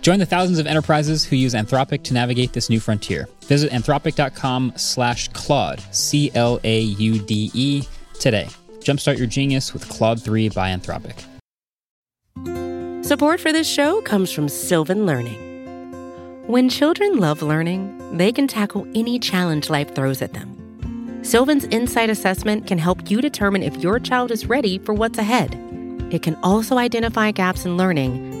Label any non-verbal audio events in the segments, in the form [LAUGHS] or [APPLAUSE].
Join the thousands of enterprises who use Anthropic to navigate this new frontier. Visit anthropic.com slash Claude, C L A U D E, today. Jumpstart your genius with Claude 3 by Anthropic. Support for this show comes from Sylvan Learning. When children love learning, they can tackle any challenge life throws at them. Sylvan's Insight Assessment can help you determine if your child is ready for what's ahead. It can also identify gaps in learning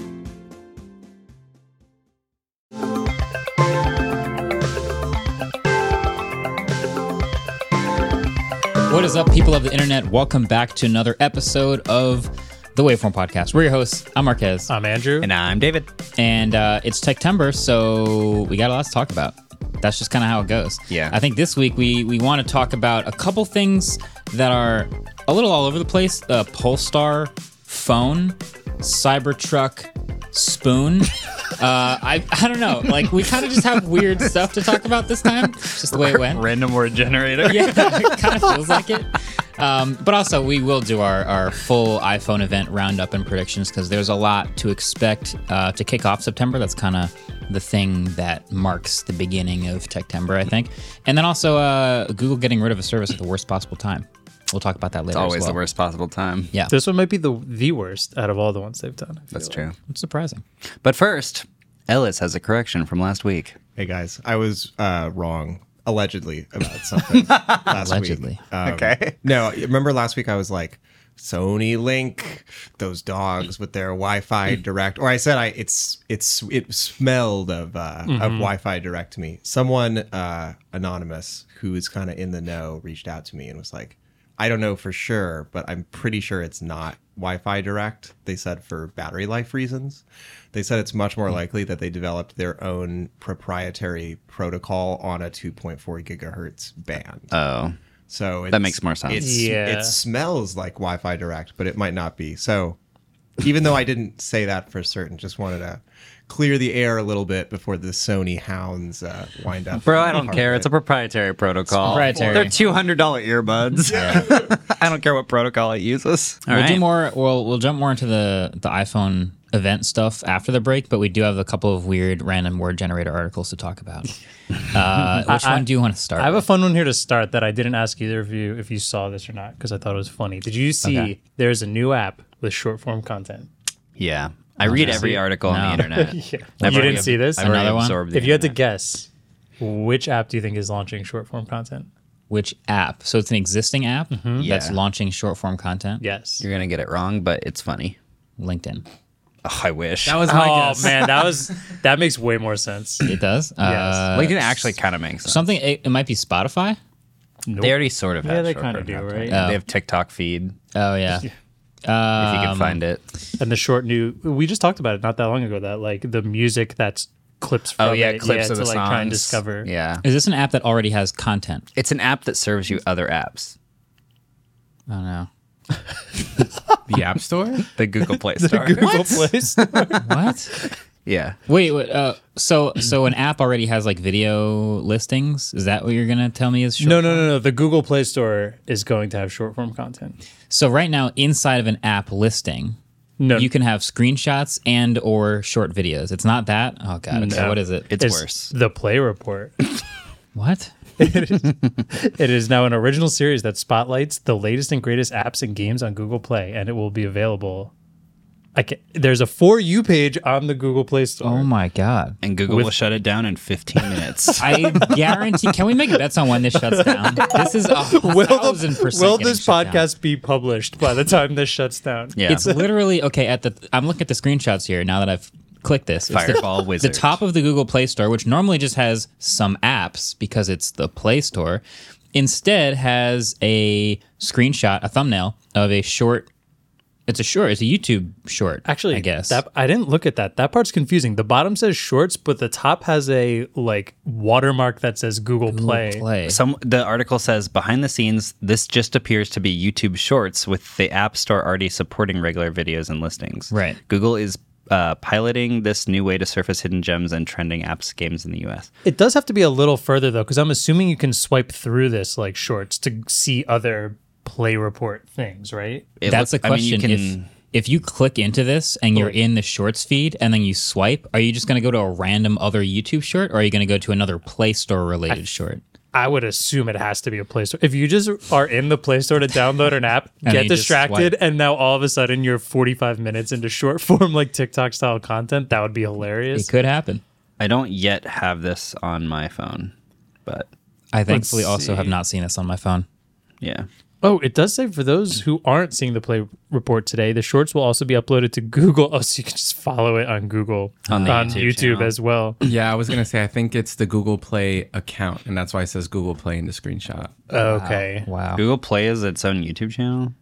What is up, people of the internet? Welcome back to another episode of the Waveform Podcast. We're your hosts. I'm Marquez, I'm Andrew. And I'm David. and uh, it's Techtember, so we got a lot to talk about. That's just kind of how it goes. Yeah. I think this week we we want to talk about a couple things that are a little all over the place: the Polestar phone, Cybertruck spoon. uh, I I don't know. Like we kind of just have weird stuff to talk about this time. Just the way it went. Random word [LAUGHS] [LAUGHS] generator. Yeah, it kind of feels like it. Um, but also, we will do our, our full iPhone event roundup and predictions because there's a lot to expect uh, to kick off September. That's kind of the thing that marks the beginning of Techtember, I think. And then also, uh, Google getting rid of a service at the worst possible time. We'll talk about that later. as Always well. the worst possible time. Yeah. This one might be the the worst out of all the ones they've done. I feel That's like. true. It's surprising. But first, Ellis has a correction from last week. Hey guys, I was uh, wrong allegedly about something [LAUGHS] last Allegedly. week. Um, Okay. No, remember last week I was like Sony Link, those dogs with their Wi-Fi Direct, or I said I it's it's it smelled of uh, of Wi-Fi Direct to me. Someone uh, anonymous who is kind of in the know reached out to me and was like, I don't know for sure, but I'm pretty sure it's not Wi-Fi Direct. They said for battery life reasons. They said it's much more likely that they developed their own proprietary protocol on a 2.4 gigahertz band. Oh, So it's, makes more sense. It's, Yeah. It smells like Wi-Fi Direct, but it might not be. So even though I didn't say that for certain, just wanted to clear the air a little bit before the Sony hounds uh, wind up. bro, I don't care. It's a proprietary protocol. proprietary. They're two hundred dollar earbuds. [LAUGHS] I don't care what protocol it uses. All we'll right. do more. We'll we'll jump more into the the iPhone event stuff after the break, but we do have a couple of weird random word generator articles to talk [LAUGHS] about. Uh, which one do you want to start? I have a with? fun one here to start that I didn't ask either of you if you saw this or not because I thought it was funny. Did you see Okay. there's a new app with short form content? Yeah, I read every article on the [LAUGHS] internet. I've you already didn't see this? I've already Another one? absorbed the if you had to internet. guess, which app do you think is launching short form content? Which app? So it's an existing app that's Yeah. launching short form content. Yes. you're gonna get it wrong, but it's funny. LinkedIn. Oh, I wish was oh man, [LAUGHS] that was that makes way more sense. It does. Uh, LinkedIn actually kind of makes sense. something. It, it might be Spotify. They already sort of have Yeah, they short kinda form do, content. right? They have TikTok feed Oh yeah. if Um, you can find it. And the short new we just talked about it not that long ago that like the music that's clips from Oh yeah, it, clips of to the like songs. try and discover. Yeah, Is this an app that already has content? it's an app that serves you other apps. I don't [LAUGHS] know. The App Store, [LAUGHS] the Google Play Store. [LAUGHS] Google Plays. What? Yeah, [LAUGHS] wait. wait uh, so so an app already has like video listings. Is that what you're gonna tell me? Is short? No, no, no, no. The Google Play Store is going to have short form content. So right now, inside of an app listing, No, you can have screenshots and or short videos. It's not that. Oh god. Okay. No. What is it? it's, it's worse. The Play Report. what? it is now an original series that spotlights the latest and greatest apps and games on Google Play, and it will be available I can, there's a for you page on the Google Play Store. Oh my god. And Google will shut it down in 15 [LAUGHS] minutes. I guarantee. Can we make bets on when this shuts down? This is a [LAUGHS] will thousand the, percent. will getting this shut down. podcast be published by the time this shuts down? yeah. It's literally okay. At the I'm looking at the screenshots here now that I've clicked this. It's the- Fireball the Wizard. top of the Google Play Store, which normally just has some apps because it's the Play Store, instead has a screenshot, a thumbnail of a short. It's a short. It's a YouTube short. Actually, I guess that I didn't look at that. That part's confusing. The bottom says shorts, but the top has a like watermark that says Google, Play. play. Some the article says behind the scenes, this just appears to be YouTube Shorts with the App Store already supporting regular videos and listings. Right. Google is uh, piloting this new way to surface hidden gems and trending apps games in the U.S. It does have to be a little further though, because I'm assuming you can swipe through this like shorts to see other play report things, right? It That's look- a I mean, you question. can- Oh. if if you click into this and you're in the shorts feed and then you swipe, are you just going to go to a random other YouTube short, or are you going to go to another Play Store related short? I would assume it has to be a Play Store. If you just are in the Play Store to download an app, [LAUGHS] And get you just distracted, swipe. and now all of a sudden you're 45 minutes into short form like TikTok style content, that would be hilarious. It could happen. I don't yet have this on my phone, but I thankfully also see. have not seen this on my phone. yeah. Oh, it does say for those who aren't seeing the play report today, the shorts will also be uploaded to Google. [LAUGHS] Oh, so you can just follow it on Google On the YouTube channel. [CLEARS THROAT] as well. Yeah, I was gonna say I think it's the Google Play account, and that's why it says Google Play in the screenshot. Okay. Wow. Google Play is its own YouTube channel.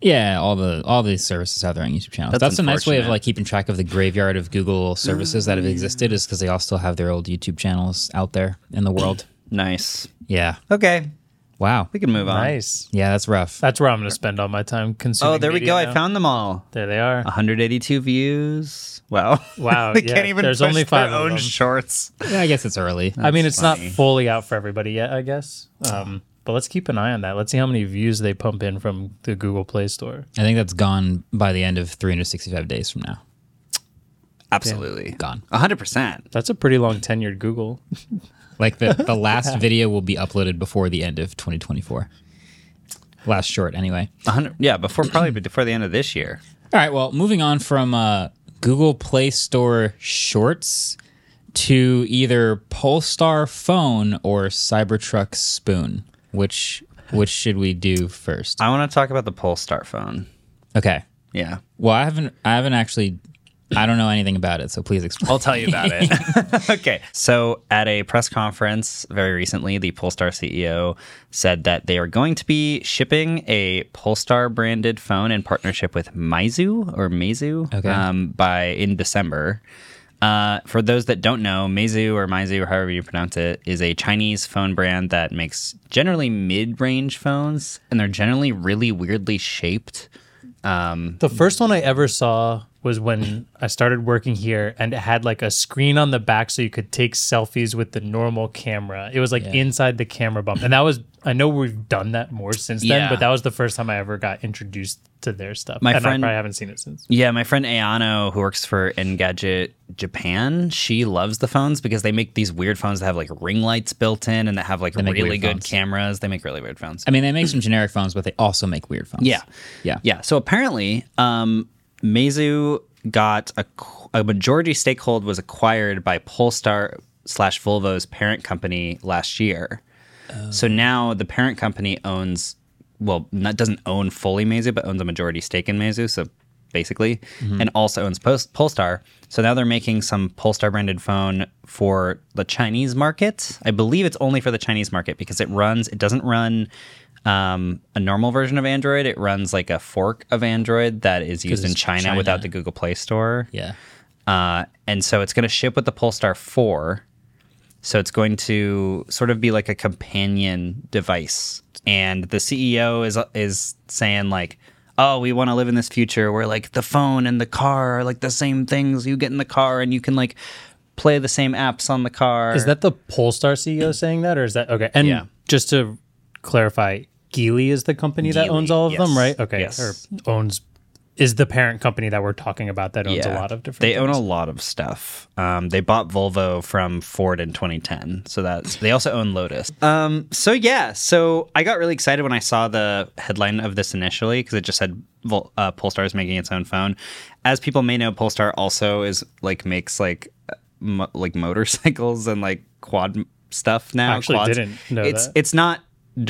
Yeah, all the all these services have their own YouTube channels. That's That's, a nice way of unfortunate. like keeping track of the graveyard of Google services that have existed, is because they all still have their old YouTube channels out there in the [COUGHS] world. Nice. yeah. Okay, Wow. we can move on. Nice. Yeah, that's rough. That's where I'm going to spend all my time consuming. Oh, there we media go. now. I found Ah, them all. There they are. 182 views. Wow. [LAUGHS] Wow, they yeah, can't even there's push only five their of own them. shorts. Yeah, I guess it's early. I mean, it's not fully out for everybody yet, I guess. Um, but let's keep an eye on that. Let's see how many views they pump in from the Google Play Store. I think that's gone by the end of 365 days from now. Absolutely. Gone. 100%. That's a pretty long tenured Google. Like the, the last video will be uploaded before the end of 2024. Last short, anyway. 100 yeah before probably before the end of this year All right. Well, moving on from uh, Google Play Store Shorts to either Polestar phone or Cybertruck spoon. Which which should we do first? i want to talk about the polestar phone Okay. yeah Well, I haven't I haven't actually I don't know anything about it, so please explain. i'll tell you about it okay so at a press conference very recently the polestar ceo said that they are going to be shipping a polestar branded phone in partnership with meizu or meizu Okay. um, by in december uh, for those that don't know, Meizu or Meizu, or however you pronounce it, is a Chinese phone brand that makes generally mid-range phones, and they're generally really weirdly shaped. The first one I ever saw was when I started working here and it had like a screen on the back so you could take selfies with the normal camera. It was like inside the camera bump. And that was I know we've done that more since then, Yeah. but that was the first time I ever got introduced to their stuff. My and friend- I probably haven't seen it since. Yeah, my friend Ayano, who works for Engadget Japan, she loves the phones because they make these weird phones that have like ring lights built in and that have like make really weird good phones. cameras. They make really weird phones. I mean, they make some generic phones, but they also make weird phones. Yeah. Yeah. Yeah. So apparently, um, Meizu got a, a majority stakehold was acquired by Polestar slash Volvo's parent company last year. So now the parent company owns, well, not doesn't own fully Meizu, but owns a majority stake in Meizu. So basically, Mm-hmm. and also owns Post- Polestar. So now they're making some Polestar branded phone for the Chinese market. I believe it's only for the Chinese market because it runs. It doesn't run um, a normal version of Android. It runs like a fork of Android that is used in it's China, China. without the Google Play Store. Yeah. Uh, and so it's going to ship with the Polestar 4. So it's going to sort of be like a companion device. And the CEO is is saying like, "Oh, we want to live in this future where like the phone and the car are like the same things. You get in the car and you can like play the same apps on the car." Is that the Polestar CEO saying that or is that okay? And Yeah. just to clarify, Geely is the company that Geely, owns all of them, yes. right? Okay. Yes. Or owns is the parent company that we're talking about that owns Yeah. a lot of different. They own a things. lot of stuff. Um, they bought Volvo from Ford in 2010, so that's they also own Lotus. Um, so yeah, so I got really excited when I saw the headline of this initially because it just said Vol- uh, Polestar is making its own phone. As people may know, Polestar also is like makes like uh, mo- like motorcycles and like quad m- stuff now. I actually quads. didn't know it's that. it's not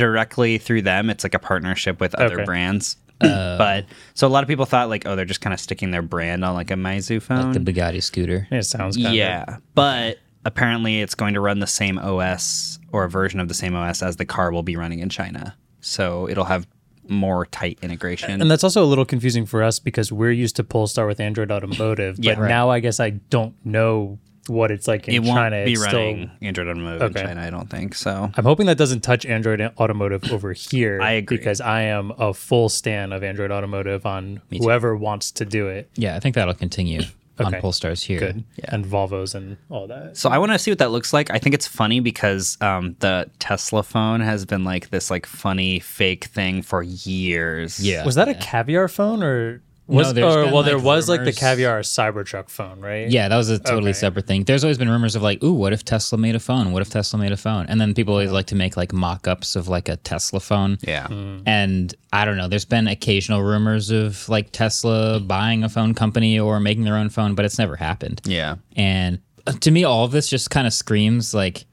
directly through them. It's like a partnership with other Okay. [CLEARS THROAT] brands. Uh, but so a lot of people thought like, oh, they're just kind of sticking their brand on like a Meizu phone. the Bugatti scooter. It sounds kind yeah, but apparently it's going to run the same OS or a version of the same OS as the car will be running in China. So it'll have more tight integration. And that's also a little confusing for us because we're used to Polestar with Android Automotive, but Yeah. Right. now I guess I don't know what it's like in it won't China. be It's still- running Android on Move Okay. in China, I don't think. So I'm hoping that doesn't touch Android Automotive over here. I agree. because I am a full stan of Android Automotive on whoever wants to do it Yeah, I think that'll continue on Okay. Polestars here. good and Volvos and all that. So I want to see what that looks like. I think it's funny because um, the Tesla phone has been like this like funny fake thing for years. Yeah. Was that a caviar phone or was No, there's or, been, well there like, was like rumors- the caviar Cybertruck phone, right? Yeah, that was a totally Okay. separate thing. There's always been rumors of like, ooh, what if Tesla made a phone? What if Tesla made a phone? And then people always like to make like mock ups of like a Tesla phone. Yeah. Hmm. And I don't know, there's been occasional rumors of like Tesla buying a phone company or making their own phone, but it's never happened. Yeah. And uh, to me, all of this just kind of screams like,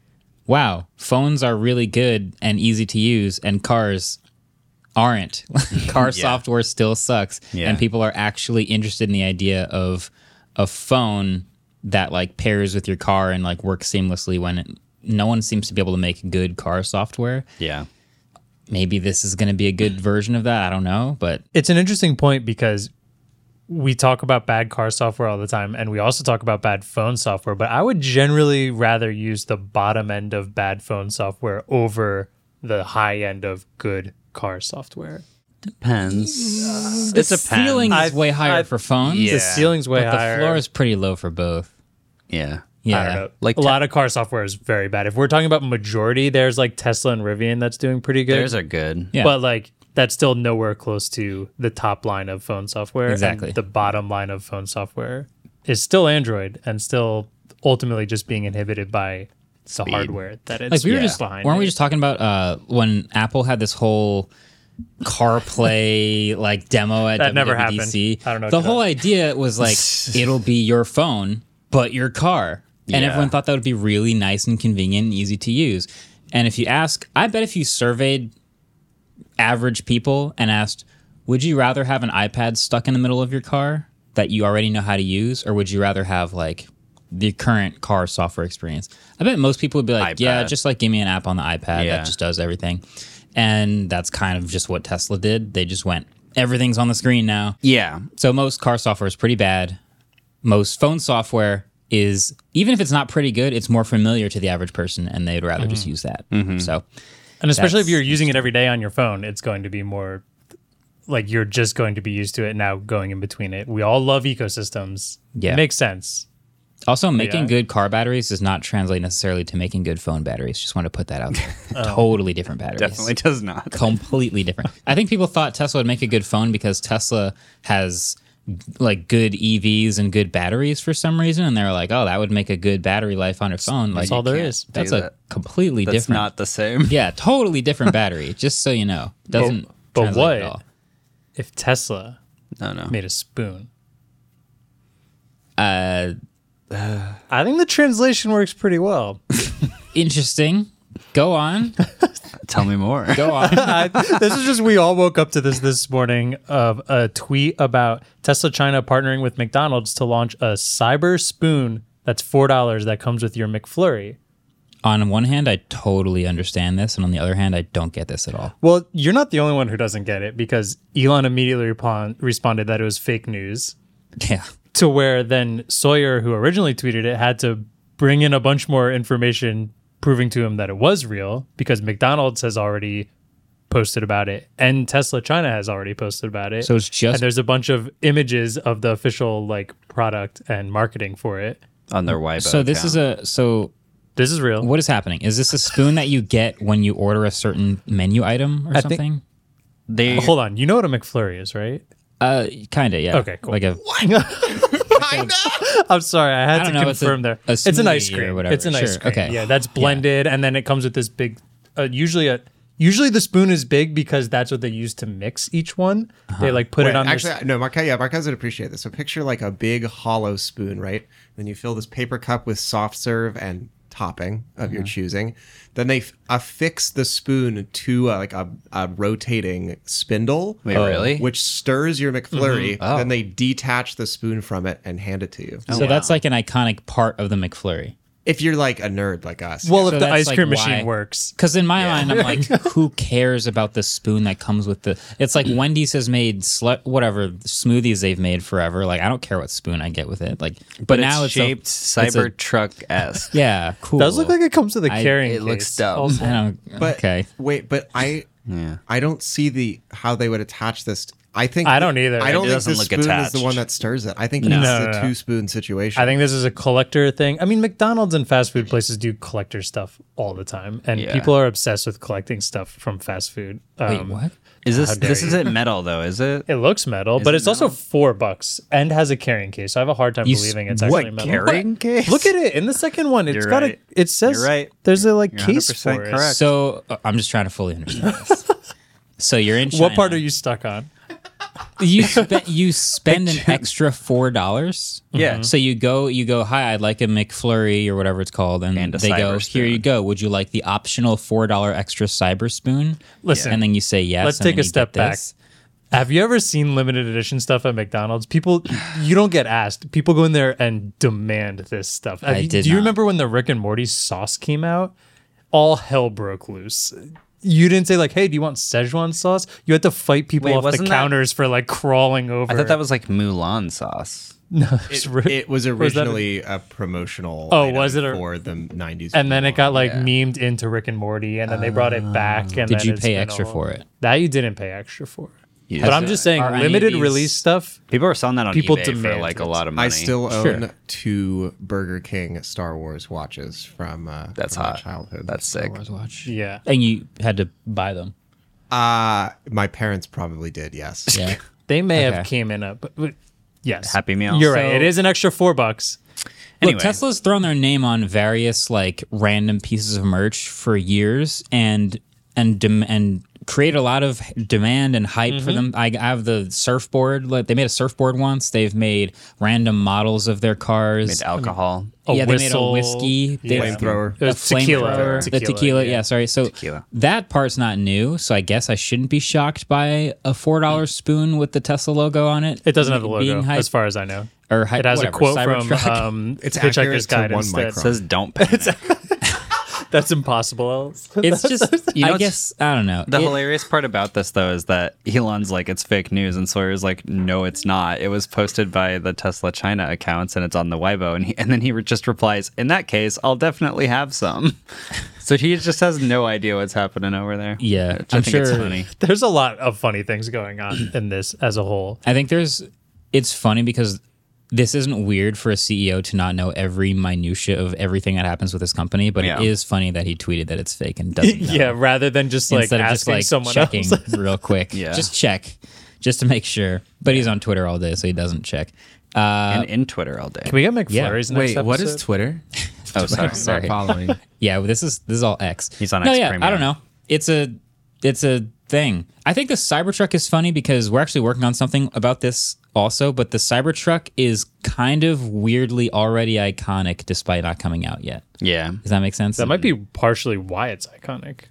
wow, phones are really good and easy to use, and cars aren't. [LAUGHS] Car software still sucks, Yeah. and people are actually interested in the idea of a phone that like pairs with your car and like works seamlessly when it, no one seems to be able to make good car software. Yeah. Maybe this is going to be a good version of that. I don't know, but It's an interesting point because we talk about bad car software all the time and we also talk about bad phone software, but I would generally rather use the bottom end of bad phone software over the high end of good car software. Depends. Mm, the ceiling is I've- way higher I've- for phones. Yeah. The ceiling's way But higher. the floor is pretty low for both. Yeah. Yeah. I don't know. Like Like a te- lot of car software is very bad. If we're talking about majority, there's like Tesla and Rivian that's doing pretty good. Theirs are good. Yeah. But like that's still nowhere close to the top line of phone software. and Exactly. the bottom line of phone software is still Android and still ultimately just being inhibited by the hardware that it's like we were just behind. weren't we it. just talking about uh when apple had this whole carplay like demo at That WWDC. never happened. I don't know the what whole idea was like it'll be your phone but your car and Yeah. everyone thought that would be really nice and convenient and easy to use and if you ask i bet if you surveyed average people and asked would you rather have an ipad stuck in the middle of your car that you already know how to use or would you rather have like the current car software experience i bet most people would be like yeah iPad. just like give me an app on the ipad Yeah. that just does everything and that's kind of just what tesla did they just went everything's on the screen now Yeah. so most car software is pretty bad. Most phone software is even if it's not pretty good, it's more familiar to the average person, and they'd rather Mm-hmm. just use that. So and especially if that's- you're using it every day on your phone, it's going to be more like you're just going to be used to it now going in between it. We all love ecosystems. Yeah. It makes sense. also making Yeah. good car batteries does not translate necessarily to making good phone batteries. Just want to put that out [LAUGHS] there. totally different batteries. Oh. Definitely does not. completely different. I think people thought Tesla would make a good phone because Tesla has like good EVs and good batteries for some reason, and they were like, "Oh, that would make a good battery life on your phone." Like, all there can't is. do That's a that. completely That's different. not the same. Yeah, totally different battery. [LAUGHS] just so you know, doesn't. but translate what? At all. If Tesla No, no. made a spoon. [SIGHS] Uh, I think the translation works pretty well. Interesting. Go on. Tell me more. Go [LAUGHS] on. I, this is just we all woke up to this this morning of a tweet about Tesla China partnering with McDonald's to launch a cyber spoon that's four dollars that comes with your McFlurry. on one hand, I totally understand this, and on the other hand, I don't get this at all. Well, you're not the only one who doesn't get it because Elon immediately repon- responded that it was fake news. Yeah. to where then Sawyer, who originally tweeted it, had to bring in a bunch more information proving to him that it was real because McDonald's has already posted about it and Tesla China has already posted about it. So it's just- and there's a bunch of images of the official like product and marketing for it. On their Weibo. So this is a so This is real. what is happening? Is this a spoon that you get when you order a certain menu item or something? They Hold on, you know what a McFlurry is, right? Uh, kinda, yeah. Okay, cool. Like a [LAUGHS] I'm sorry, I I had don't to know, it's a- confirm there. a it's an ice smoothie or cream. whatever. It's an ice Sure, cream. okay. Yeah, that's blended, and then it comes with this big. Uh, usually a usually the spoon is big because that's what they use to mix each one. Uh-huh. They like put Wait, it on. their actually, s- no, Marquez, yeah, Marquez would appreciate this. So picture like a big hollow spoon, right? Then you fill this paper cup with soft serve and topping of your choosing. Then they f- affix the spoon to uh, like a, a rotating spindle. Wait, Oh. really? Mm-hmm. Oh. Which stirs your McFlurry. Then they detach the spoon from it and hand it to you. so that's like an iconic part of the McFlurry. If you're like a nerd like us. well, so if the that's, ice like, cream why- machine works, Because in my mind, [LAUGHS] I'm like, who cares about the spoon that comes with the? It's like Wendy's has made slu- whatever smoothies they've made forever. Like I don't care what spoon I get with it. Like, but, But now now it's, shaped a, it's a- Cybertruck [LAUGHS] esque. yeah, cool. does look like it comes with a I- carrying. it looks case. [LAUGHS] dumb. Also- I don't. but okay. wait, but I Yeah. I don't see the how they would attach this. I think I don't either. I don't It think doesn't this look spoon is attached. the one that stirs it. I think No. it's No, the no, no. two spoon situation. I think this is a collector thing. I mean, McDonald's and fast food places do collector stuff all the time, and Yeah. people are obsessed with collecting stuff from fast food. Wait, Um, what? Is this How dare this you. isn't metal though? Is it? It looks metal, but it's also four bucks and has a carrying case. So I have a hard time You s- believing it's what, actually metal. carrying But case? Look at it in the second one. It's You're got right. a. It says You're right. There's a like You're case 100% for it. correct. So uh, I'm just trying to fully understand [LAUGHS] this. so you're in. China. What part are you stuck on? [LAUGHS] You spend you spend an extra four dollars. Yeah. So you go you go hi I'd like a McFlurry or whatever it's called and, And a they go cyber here you spoon." go would you like the optional four dollar extra cyber spoon? Listen, and then you say yes. Let's and then take a you step get back. this. Have you ever seen limited edition stuff at McDonald's? People, you don't get asked. People go in there and demand this stuff. Have I you- did do you not. remember when the Rick and Morty sauce came out? All hell broke loose. You didn't say like, "Hey, do you want Szechuan sauce?" You had to fight people Wait, off the wasn't that- counters for like crawling over. I thought that was like Mulan sauce. it, Ri- it was that a- originally a promotional. Oh, item was it a- for the '90s? and then it Pokemon. got like memed into Rick and Morty, and then they brought it back. And Oh. Did then you it's pay been extra all- for it? That you didn't pay extra for. You But just- I'm just saying, Are any E of limited these- release stuff. people are selling that on People eBay for demand like a it. lot of money. I still own Sure. two Burger King Star Wars watches from uh, That's from my hot. childhood. That's sick. Yeah. And you had to buy them. uh, my parents probably did. Yes. [LAUGHS] Yeah. They may Okay. have came in up, but, but- yes, Happy Meal. You're So- right. It is an extra four bucks. Anyway, Look, Tesla's thrown their name on various like random pieces of merch for years, and and dem- and create a lot of demand and hype for Mm-hmm. them. I, I have the surfboard. Like they made a surfboard once. They've made random models of their cars. made alcohol. A yeah, whistle. they made a whiskey. They- Yeah. Flamethrower. It a was tequila. flamethrower. The Tequila, tequila, yeah. yeah. sorry. So Tequila. that part's not new. So I guess I shouldn't be shocked by a four dollar spoon with the Tesla logo on it. Mm. It doesn't have the Being logo, hype- as far as I know. or hype, It has whatever, a quote Cybertruck. from um, It's accurate Hitchhiker's to Guide one instead. It Oh, micron. says [LAUGHS] don't panic. [LAUGHS] That's impossible. it's [LAUGHS] just You know, I it's- guess I don't know. The It- hilarious part about this, though, is that Elon's like, it's fake news, and Sawyer's like, no, it's not. It was posted by the Tesla China accounts, and it's on the Weibo. And, he, and then he re- just replies, in that case, I'll definitely have some. [LAUGHS] so he just has no idea what's happening over there. Yeah, Which I I'm think it's sure- funny. [LAUGHS] There's a lot of funny things going on in this as [CLEARS THROAT] a whole. I think there's it's funny because this isn't weird for a CEO to not know every minutia of everything that happens with his company, but Yeah. it is funny that he tweeted that it's fake and [LAUGHS] doesn't know. Yeah, rather than just like Instead of asking just like someone checking else. [LAUGHS] real quick. [LAUGHS] Yeah. Just check. Just to make sure. But he's on Twitter all day, so he doesn't check. Uh, and in Twitter all day. Can we get McFlurry's next Wait, what is episode? Twitter? oh, sorry. Start sorry. [LAUGHS] following. Yeah, well, this is this is all X. He's on no, X yeah, I Premium. don't know. It's a it's a thing. I think the Cybertruck is funny because we're actually working on something about this also, but the Cybertruck is kind of weirdly already iconic despite not coming out yet. Yeah. Does that make sense? That might be partially why it's iconic.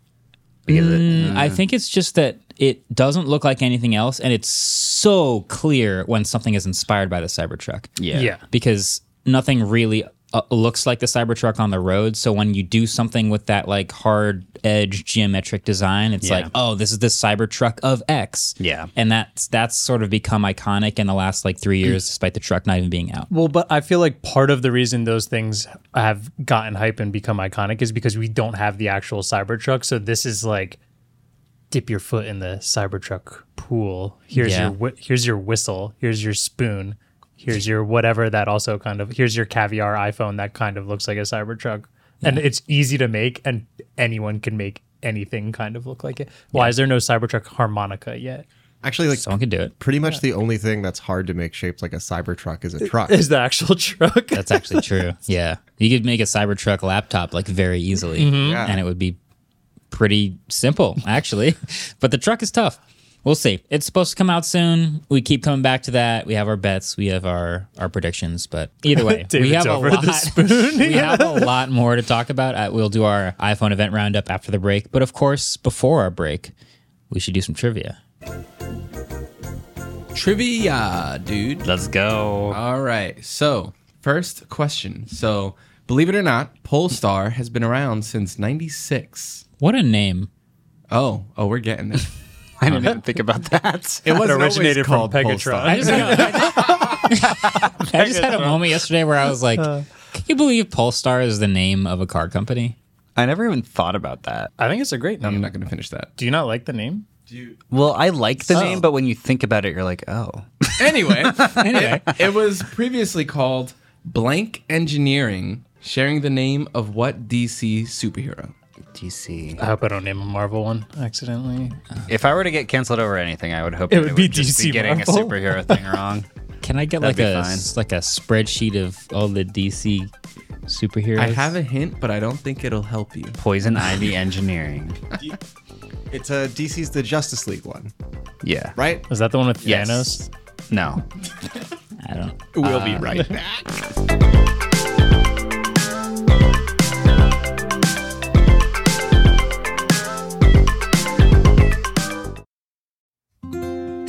Because it- Mm, I think it's just that it doesn't look like anything else, and it's so clear when something is inspired by the Cybertruck. yeah. Yeah. because nothing really uh, looks like the Cybertruck on the road. So when you do something with that like hard edge geometric design, it's Yeah. like, oh, this is the Cybertruck of X. Yeah. and that's that's sort of become iconic in the last like three years, despite the truck not even being out. Well, but I feel like part of the reason those things have gotten hype and become iconic is because we don't have the actual Cybertruck. So this is like dip your foot in the Cybertruck pool. Here's Yeah. your whi- here's your whistle. Here's your spoon. Here's your whatever that also kind of here's your caviar iPhone that kind of looks like a Cybertruck. And it's easy to make and anyone can make anything kind of look like it. Why is there no Cybertruck harmonica yet? Actually, like Someone can do it. pretty much the only thing that's hard to make shaped like a Cybertruck is a truck. Is the actual truck? That's actually true. yeah, you could make a Cybertruck laptop like very easily, Yeah. and it would be pretty simple actually. [LAUGHS] but the truck is tough. We'll see. It's supposed to come out soon. We keep coming back to that. We have our bets. We have our our predictions. But either way, we [LAUGHS] David's have a over the lot. [LAUGHS] [LAUGHS] we have a lot more to talk about. Uh, we'll do our iPhone event roundup after the break. But of course, before our break, we should do some trivia. Trivia, dude. Let's go. All right. So, first question. So, believe it or not, Polestar has been around since 96. What a name! Oh, oh, we're getting there. I didn't even think [LAUGHS] about that. It wasn't always originated from called Pegatron. Polestar. I just, had a- I just- I just had a moment yesterday where I was like, can you believe Polestar is the name of a car company? I never even thought about that. I think it's a great name. I'm not going to finish that. Do you not like the name? Well, I like the Oh. name, but when you think about it, you're like, oh. [LAUGHS] Anyway, [LAUGHS] anyway, it was previously called Blank Engineering, sharing the name of what DC superhero? DC. I hope I don't name a Marvel one accidentally. If I were to get canceled over anything, I would hope It that would be just DC getting Marvel. a superhero thing [LAUGHS] wrong. Can I get That'd like be a fine. s- like a spreadsheet of all the DC superheroes? I have a hint, but I don't think it'll help you. Poison Ivy Engineering. It's a DC's the Justice League one, Yeah. right? Is that the one with Yes. Thanos? No. I don't. We'll uh, be right back.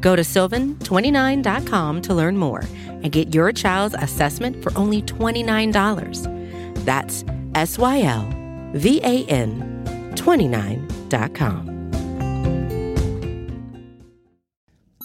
Go to sylvan29.com to learn more and get your child's assessment for only $29. That's S Y L V A N 29.com.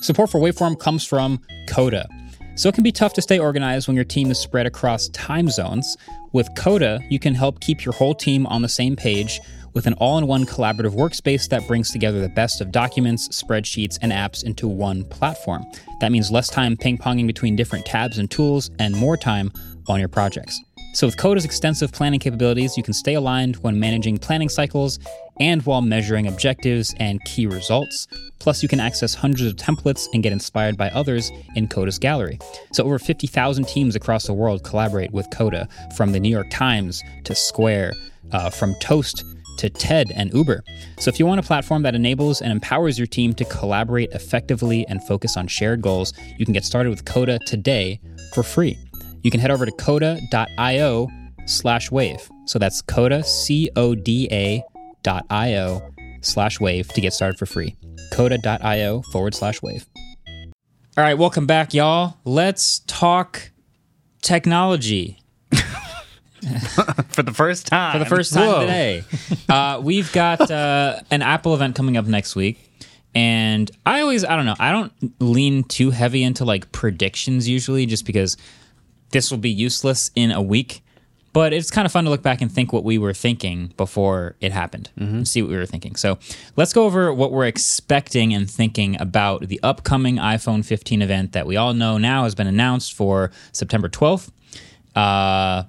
Support for Waveform comes from Coda. So it can be tough to stay organized when your team is spread across time zones. With Coda, you can help keep your whole team on the same page with an all in one collaborative workspace that brings together the best of documents, spreadsheets, and apps into one platform. That means less time ping ponging between different tabs and tools and more time on your projects. So, with Coda's extensive planning capabilities, you can stay aligned when managing planning cycles and while measuring objectives and key results. Plus, you can access hundreds of templates and get inspired by others in Coda's gallery. So, over 50,000 teams across the world collaborate with Coda, from the New York Times to Square, uh, from Toast to TED and Uber. So if you want a platform that enables and empowers your team to collaborate effectively and focus on shared goals, you can get started with Coda today for free. You can head over to coda.io slash wave. So that's coda, C O D A dot io slash wave to get started for free. Coda.io forward slash wave. All right, welcome back, y'all. Let's talk technology. [LAUGHS] For the first time. for the first time Whoa. today. Uh, we've got uh, an Apple event coming up next week. And I always, I don't know, I don't lean too heavy into like predictions usually just because this will be useless in a week. But it's kind of fun to look back and think what we were thinking before it happened and see what we were thinking. So let's go over what we're expecting and thinking about the upcoming iPhone 15 event that we all know now has been announced for September 12th. Uh,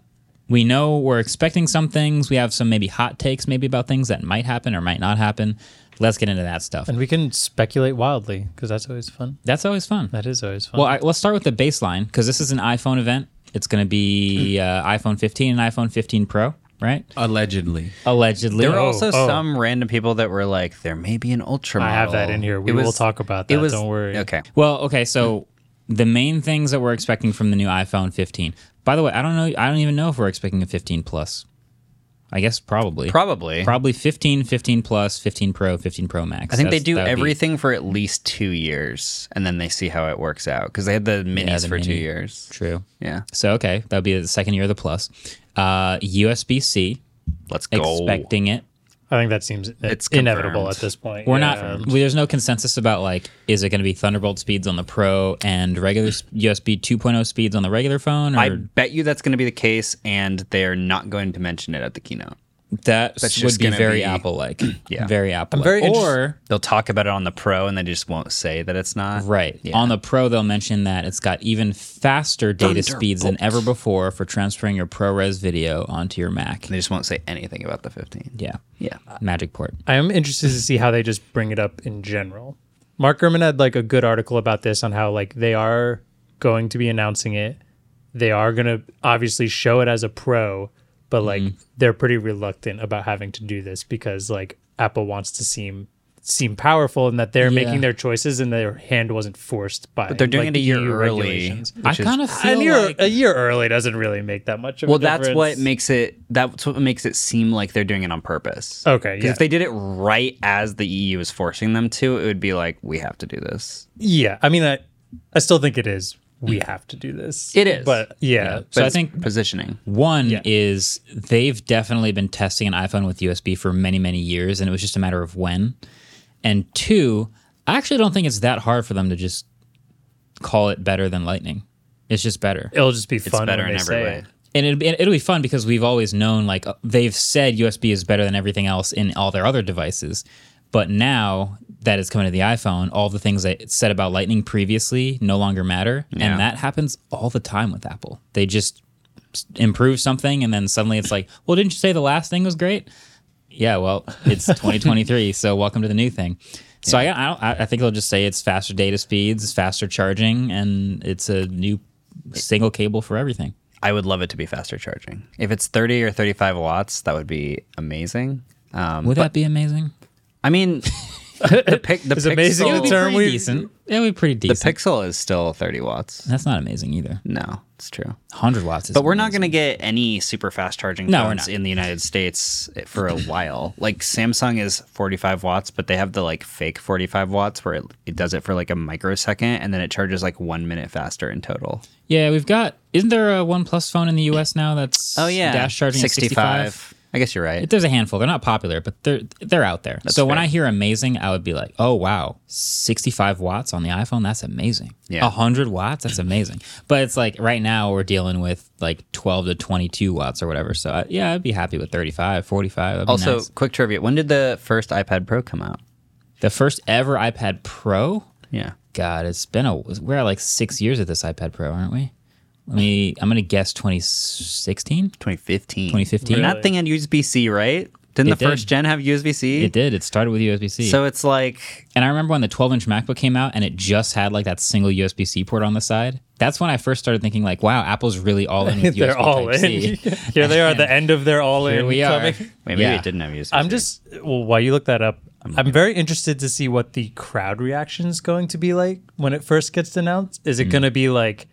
we know we're expecting some things. We have some maybe hot takes, maybe about things that might happen or might not happen. Let's get into that stuff. And we can speculate wildly because that's always fun. That's always fun. That is always fun. Well, I, let's start with the baseline because this is an iPhone event. It's going to be Mm. uh, iPhone 15 and iPhone 15 Pro, right? Allegedly. Allegedly. There were also oh. some random people that were like, there may be an ultra I have that model." in here. We It will talk about it that. Don't worry. Okay. Well, okay, so the main things that we're expecting from the new iPhone 15. By the way, I don't know. I don't even know if we're expecting a 15 plus. I guess probably. Probably. Probably 15, 15 plus, 15 Pro, 15 Pro Max. I think they That's- do that would be- everything for at least two years, and then they see how it works out because they had the minis the for two mini. years. True. Yeah, So okay, that would be the second year of the plus. Uh, USB C, let's go. expecting it. I think that seems It's it's inevitable confirmed. at this point. We're Yeah. not. We, there's no consensus about like, is it going to be Thunderbolt speeds on the Pro and regular s- USB 2.0 speeds on the regular phone? Or I bet you that's going to be the case, and they're not going to mention it at the keynote. that that's would just be gonna very be- Apple-like. [CLEARS THROAT] [CLEARS THROAT] Yeah. very Apple. very interest- or They'll talk about it on the Pro, and they just won't say that it's not. Right. Yeah. On the Pro, they'll mention that it's got even faster data speeds than ever before for transferring your ProRes video onto your Mac. They just won't say anything about the 15. Yeah. Yeah. Magic port. I am interested to see how they just bring it up in general. Mark Gurman had like a good article about this on how like they are going to be announcing it. They are going to obviously show it as a pro, but like Mm-hmm. they're pretty reluctant about having to do this because like Apple wants to seem seem powerful and that they're Yeah. making their choices and their hand wasn't forced by. But they're doing it a year early. E I is- kind of A feel year like a year early doesn't really make that much of Well, a that's what difference. makes it. That's what makes it seem like they're doing it on purpose. Okay, 'Cause Oh, yeah. If they did it right as the EU is forcing them to, it would be like we have to do this. Yeah, I mean, I, I still think it is. We have to do this. It is. but yeah. So But I it's think- positioning. one is they've definitely been testing an iPhone with USB for many, many years, and it was just a matter of when. And two, I actually don't think it's that hard for them to just call it better than Lightning. It's just better. it'll just be fun. better when in they every say way. it. and it'll be, it'll be fun because we've always known like uh, they've said USB is better than everything else in all their other devices, but now that it's coming to the iPhone, all the things that it said about Lightning previously no longer matter, Yeah. and that happens all the time with Apple. They just s- improve something, and then suddenly it's like, well, didn't you say the last thing was great? Yeah, well, it's 2023, so welcome to the new thing. So I, I, don't, I- I think they'll just say it's faster data speeds, faster charging, and it's a new single cable for everything. I would love it to be faster charging. If it's 30 or 35 watts, that would be amazing. Um, Would but- that be amazing? I [LAUGHS] mean, the, pic, the Is pixel, amazing a the term? pretty we- decent. It would be pretty decent. pixel is still 30 watts. That's not amazing either. No, it's true. 100 watts is But we're not amazing. going to get any super fast charging No, we're phones not. in the United States for a while. Like Samsung is 45 watts, but they have the like fake 45 watts where it, it does it for like a microsecond and then it charges like one minute faster in total. Yeah, we've got. Isn't there a OnePlus phone in the US now that's Oh, dash charging at 65? I guess you're right. There's a handful. They're not popular, but they're they're out there. so when fair. I hear amazing, I would be like, "Oh wow, 65 watts on the iPhone. That's amazing. Yeah. 100 watts. That's amazing." but it's like right now we're dealing with like 12 to 22 watts or whatever. So I, yeah, I'd be happy with 35, 45. That'd be Also, nice. quick trivia. When did the first iPad Pro come out? the first ever iPad Pro Yeah. God, it's been a we're at like six years of this iPad Pro, aren't we? Let me. I'm gonna guess 2016. 2015. 2015. And that thing had USB C, right? Didn't It the did. first gen have USB C? It did. It started with USB-C. So it's like, and I remember when the 12-inch MacBook came out, and it just had like that single USB-C port on the side. That's when I first started thinking, like, wow, Apple's really all in with USB They're all [LAUGHS] in. Type-C. Here they are, at the end of their all in. Here [LAUGHS] we are. coming. wait, maybe Yeah. it didn't have USB. I'm just well, while you look that up, I'm very interested to see what the crowd reaction is going to be like when it first gets announced. Is it going to be like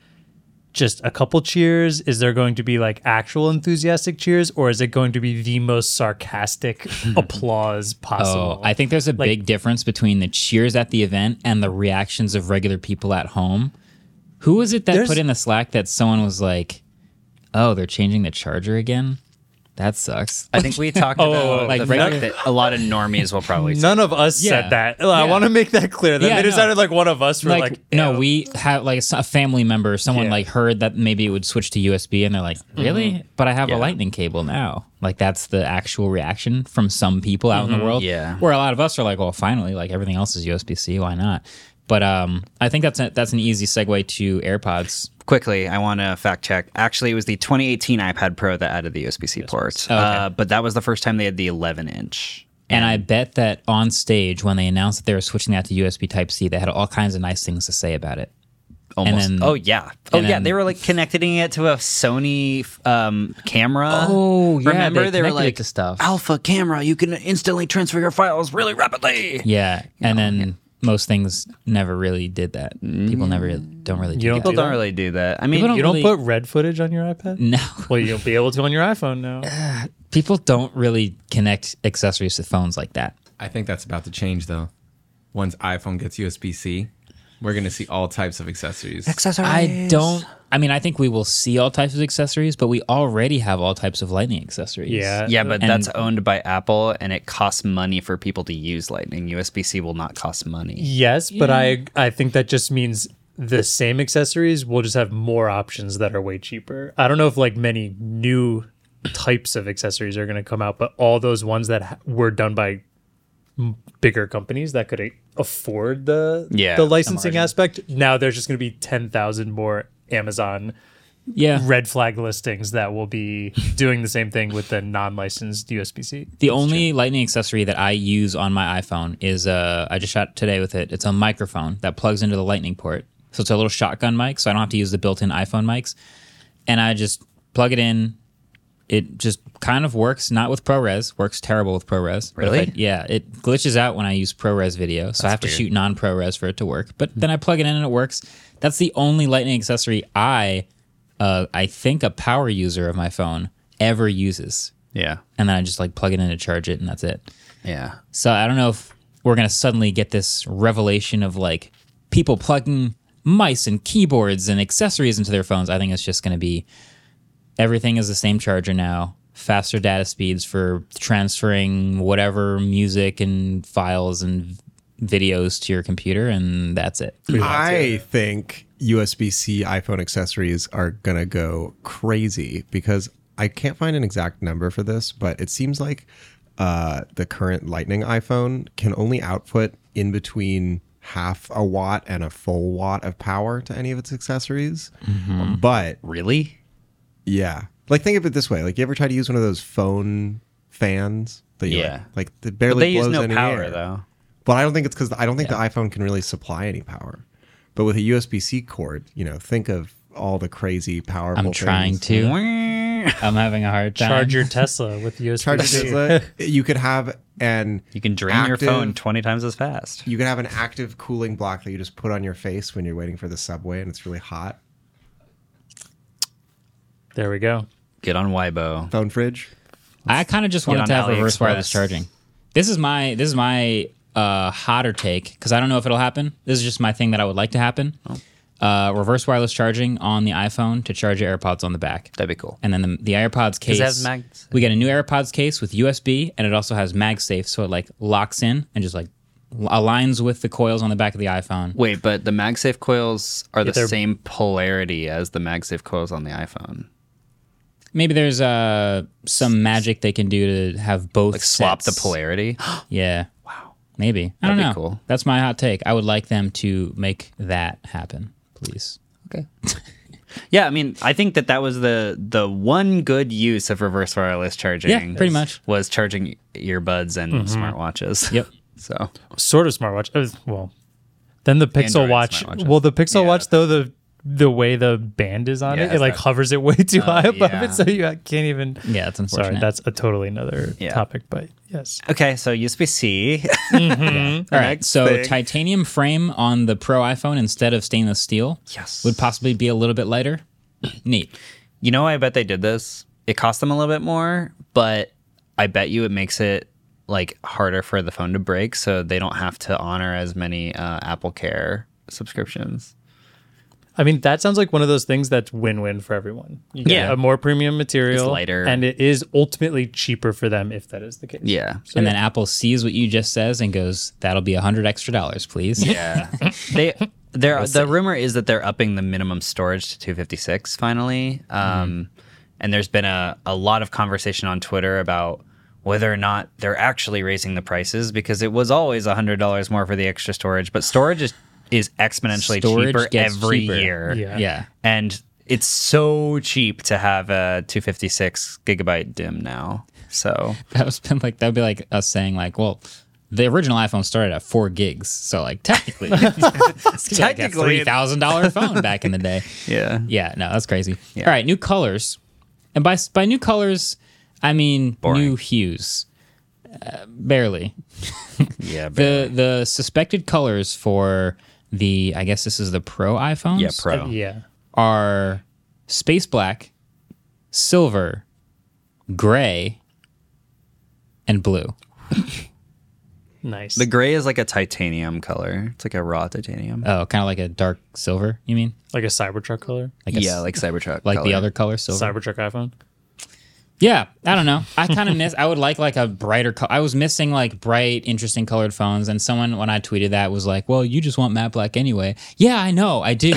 just a couple cheers? Is there going to be like actual enthusiastic cheers, or is it going to be the most sarcastic applause possible? Oh, I think there's a big difference between the cheers at the event and the reactions of regular people at home. Who was it that There's- put in the Slack that someone was like, "Oh, they're changing the charger again? That sucks." Oh, I think [LAUGHS] we talked about like the regular- fact that a lot of normies will probably. [LAUGHS] say- None of us Yeah. said that. Yeah. I want to make that clear. That Yeah, they no. decided like one of us were like, "Eh, no, "Ew." we have like a family member, someone Yeah. like heard that maybe it would switch to USB, and they're like, Mm-hmm. "Really? But I have a Lightning cable now." Like that's the actual reaction from some people out in the world. Mm-hmm. Yeah. where a lot of us are like, "Well, finally, like everything else is USB C, why not?" But um, I think that's a, that's an easy segue to AirPods. Quickly, I want to fact check. Actually, it was the 2018 iPad Pro that added the USB C port, Oh, uh, but that was the first time they had the 11 inch. And I bet that on stage when they announced that they were switching that to USB Type C, they had all kinds of nice things to say about it. Almost. then- oh yeah. Mm. Oh and yeah. then- they [LAUGHS] were like connecting it to a Sony um, camera. Oh, yeah, Remember they they, were connected it like to stuff. Alpha camera. You can instantly transfer your files really rapidly. Yeah, and then most things never really did that. People never don't really. Do You don't People that. do don't that? really do that. I mean, People don't You don't really- put red footage on your iPad? no. Well, you'll be able to on your iPhone now. People don't really connect accessories to phones like that. I think that's about to change though. Once iPhone gets USB C, we're gonna see all types of accessories. accessories. I don't. I mean, I think we will see all types of accessories, but we already have all types of lightning accessories. Yeah. Yeah, but And- that's owned by Apple, and it costs money for people to use Lightning. USB C will not cost money. Yes, but I I think that just means the same accessories will just have more options that are way cheaper. I don't know if like many new types of accessories are going to come out, but all those ones that ha- were done by m- bigger companies that could a- afford the Yeah, the the licensing aspect, now there's just going to be 10,000 more Amazon yeah. red flag listings that will be doing the same thing with the non-licensed USB-C. The only lightning accessory that I use on my iPhone is uh, I just shot today with it. It's a microphone that plugs into the lightning port. So it's a little shotgun mic, so I don't have to use the built-in iPhone mics. And I just plug it in. It just kind of works, not with ProRes. Works terrible with ProRes. But if Really? I- yeah, it glitches out when I use ProRes video, so I have to shoot non-ProRes for it to work. But then I plug it in and it works. That's the only lightning accessory I, uh, I think a power user of my phone ever uses Yeah, and then I just like plug it in to charge it, and that's it. yeah. So I don't know if we're gonna suddenly get this revelation of like people plugging mice and keyboards and accessories into their phones. I think it's just gonna be everything is the same charger now. Faster data speeds for transferring whatever music and files and videos to your computer, and that's it. I think USB C iPhone accessories are going to go crazy because I can't find an exact number for this, but it seems like uh, the current Lightning iPhone can only output in between half a watt and a full watt of power to any of its accessories. Mm-hmm. But Really? yeah. Like think of it this way. Like you ever try to use one of those phone fans? That you, Yeah. Like, like it But barely they use blows no any power air. though. But I don't think it's because I don't think the iPhone can really supply any power. But with a USB C cord, you know, think of all the crazy powerful. I'm trying [LAUGHS] things. to. I'm having a hard time. Charge your Tesla with USB-C. Charge your Tesla. you could have an You can drain your active- phone twenty times as fast. You could have an active cooling block that you just put on your face when you're waiting for the subway and it's really hot. There we go. Get on Weibo. Phone fridge. I kind of just wanted on to have reverse AliExpress. wireless charging. This is my this is my uh, hotter take because I don't know if it'll happen. This is just my thing that I would like to happen. Oh. Uh, reverse wireless charging on the iPhone to charge your AirPods on the back, That'd be cool. and then the, the AirPods case. it has magnets? We get a new AirPods case with USB, and it also has MagSafe, so it like locks in and just like l- aligns with the coils on the back of the iPhone. Wait, but the MagSafe coils are the they're- same polarity as the MagSafe coils on the iPhone. Maybe there's uh, some magic they can do to have both Like swap the sets. [GASPS] polarity. Yeah. Wow. Maybe. I don't That'd be know. cool. That's my hot take. I would like them to make that happen, please. Okay. yeah, I mean, I think that that was the the one good use of reverse wireless charging. Yeah, pretty much. Mm-hmm. was charging earbuds and smartwatches. Yep. [LAUGHS] So sort of smartwatch. It was- well, then the Pixel Android Watch. smartwatches. Well, the Pixel Yeah. Watch though the the way the band is on Yeah, it, it like that- hovers it way too high above yeah. it, so you can't even. [LAUGHS] Yeah, that's unfortunate. Sorry, that's a totally another Yeah. topic, but yes, okay, so USB C. [LAUGHS] All right. So, titanium frame on the Pro iPhone instead of stainless steel Yes. would possibly be a little bit lighter. [CLEARS THROAT] Neat. you know, why I bet they did this. It cost them a little bit more, but I bet you it makes it like harder for the phone to break, so they don't have to honor as many uh, Apple Care subscriptions. I mean that sounds like one of those things that's win-win for everyone. You get Yeah. a more premium material, It's lighter. and it is ultimately cheaper for them if that is the case. Yeah. and then Apple sees what you just says and goes, "That'll be a hundred extra dollars, please." Yeah. [LAUGHS] they there the rumor is that they're upping the minimum storage to 256 finally. Um, Mm-hmm. and there's been a, a lot of conversation on Twitter about whether or not they're actually raising the prices because it was always $100 more for the extra storage, but storage is is exponentially Storage cheaper gets every cheaper. year. [LAUGHS] Yeah. Yeah. And it's so cheap to have a 256 gigabyte DIM now. So That was been like that'd be like us saying like, "Well, the original iPhone started at four gigs, so like technically, [LAUGHS] it's like a Technically, three it- thousand dollar phone back in the [LAUGHS] day." yeah. Yeah, no, that's crazy. All right, new colors, and by by new colors, I mean Boring. new hues. Uh, barely. Yeah, The the suspected colors for the I guess this is the Pro iPhones. yeah, pro. Yeah. are space black, silver, gray, and blue. Nice. The gray is like a titanium color. It's like a raw titanium. Oh, kind of like a dark silver. You mean like a Cybertruck color? like a s- yeah, like Cybertruck. like the color. other color silver? Cybertruck iPhone? Yeah, I don't know. I kind of miss. I would like like a brighter. Co- I was missing like bright, interesting colored phones. And someone when I tweeted that was like, "Well, you just want matte black anyway." Yeah, I know, I [LAUGHS] do.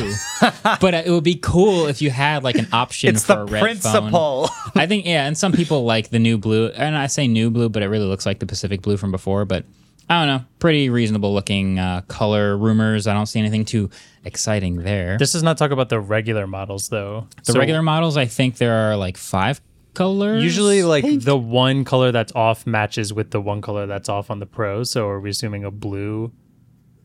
but uh, it would be cool if you had like an option It's for the a red phone. principle. I think yeah, and some people like the new blue, and I say new blue, but it really looks like the Pacific blue from before. But I don't know, pretty reasonable looking uh, color rumors. I don't see anything too exciting there. This does not talk about the regular models though. the So regular models, I think there are like five colors. Usually, like the one color that's off matches with the one color that's off on the Pro. So, are we assuming a blue?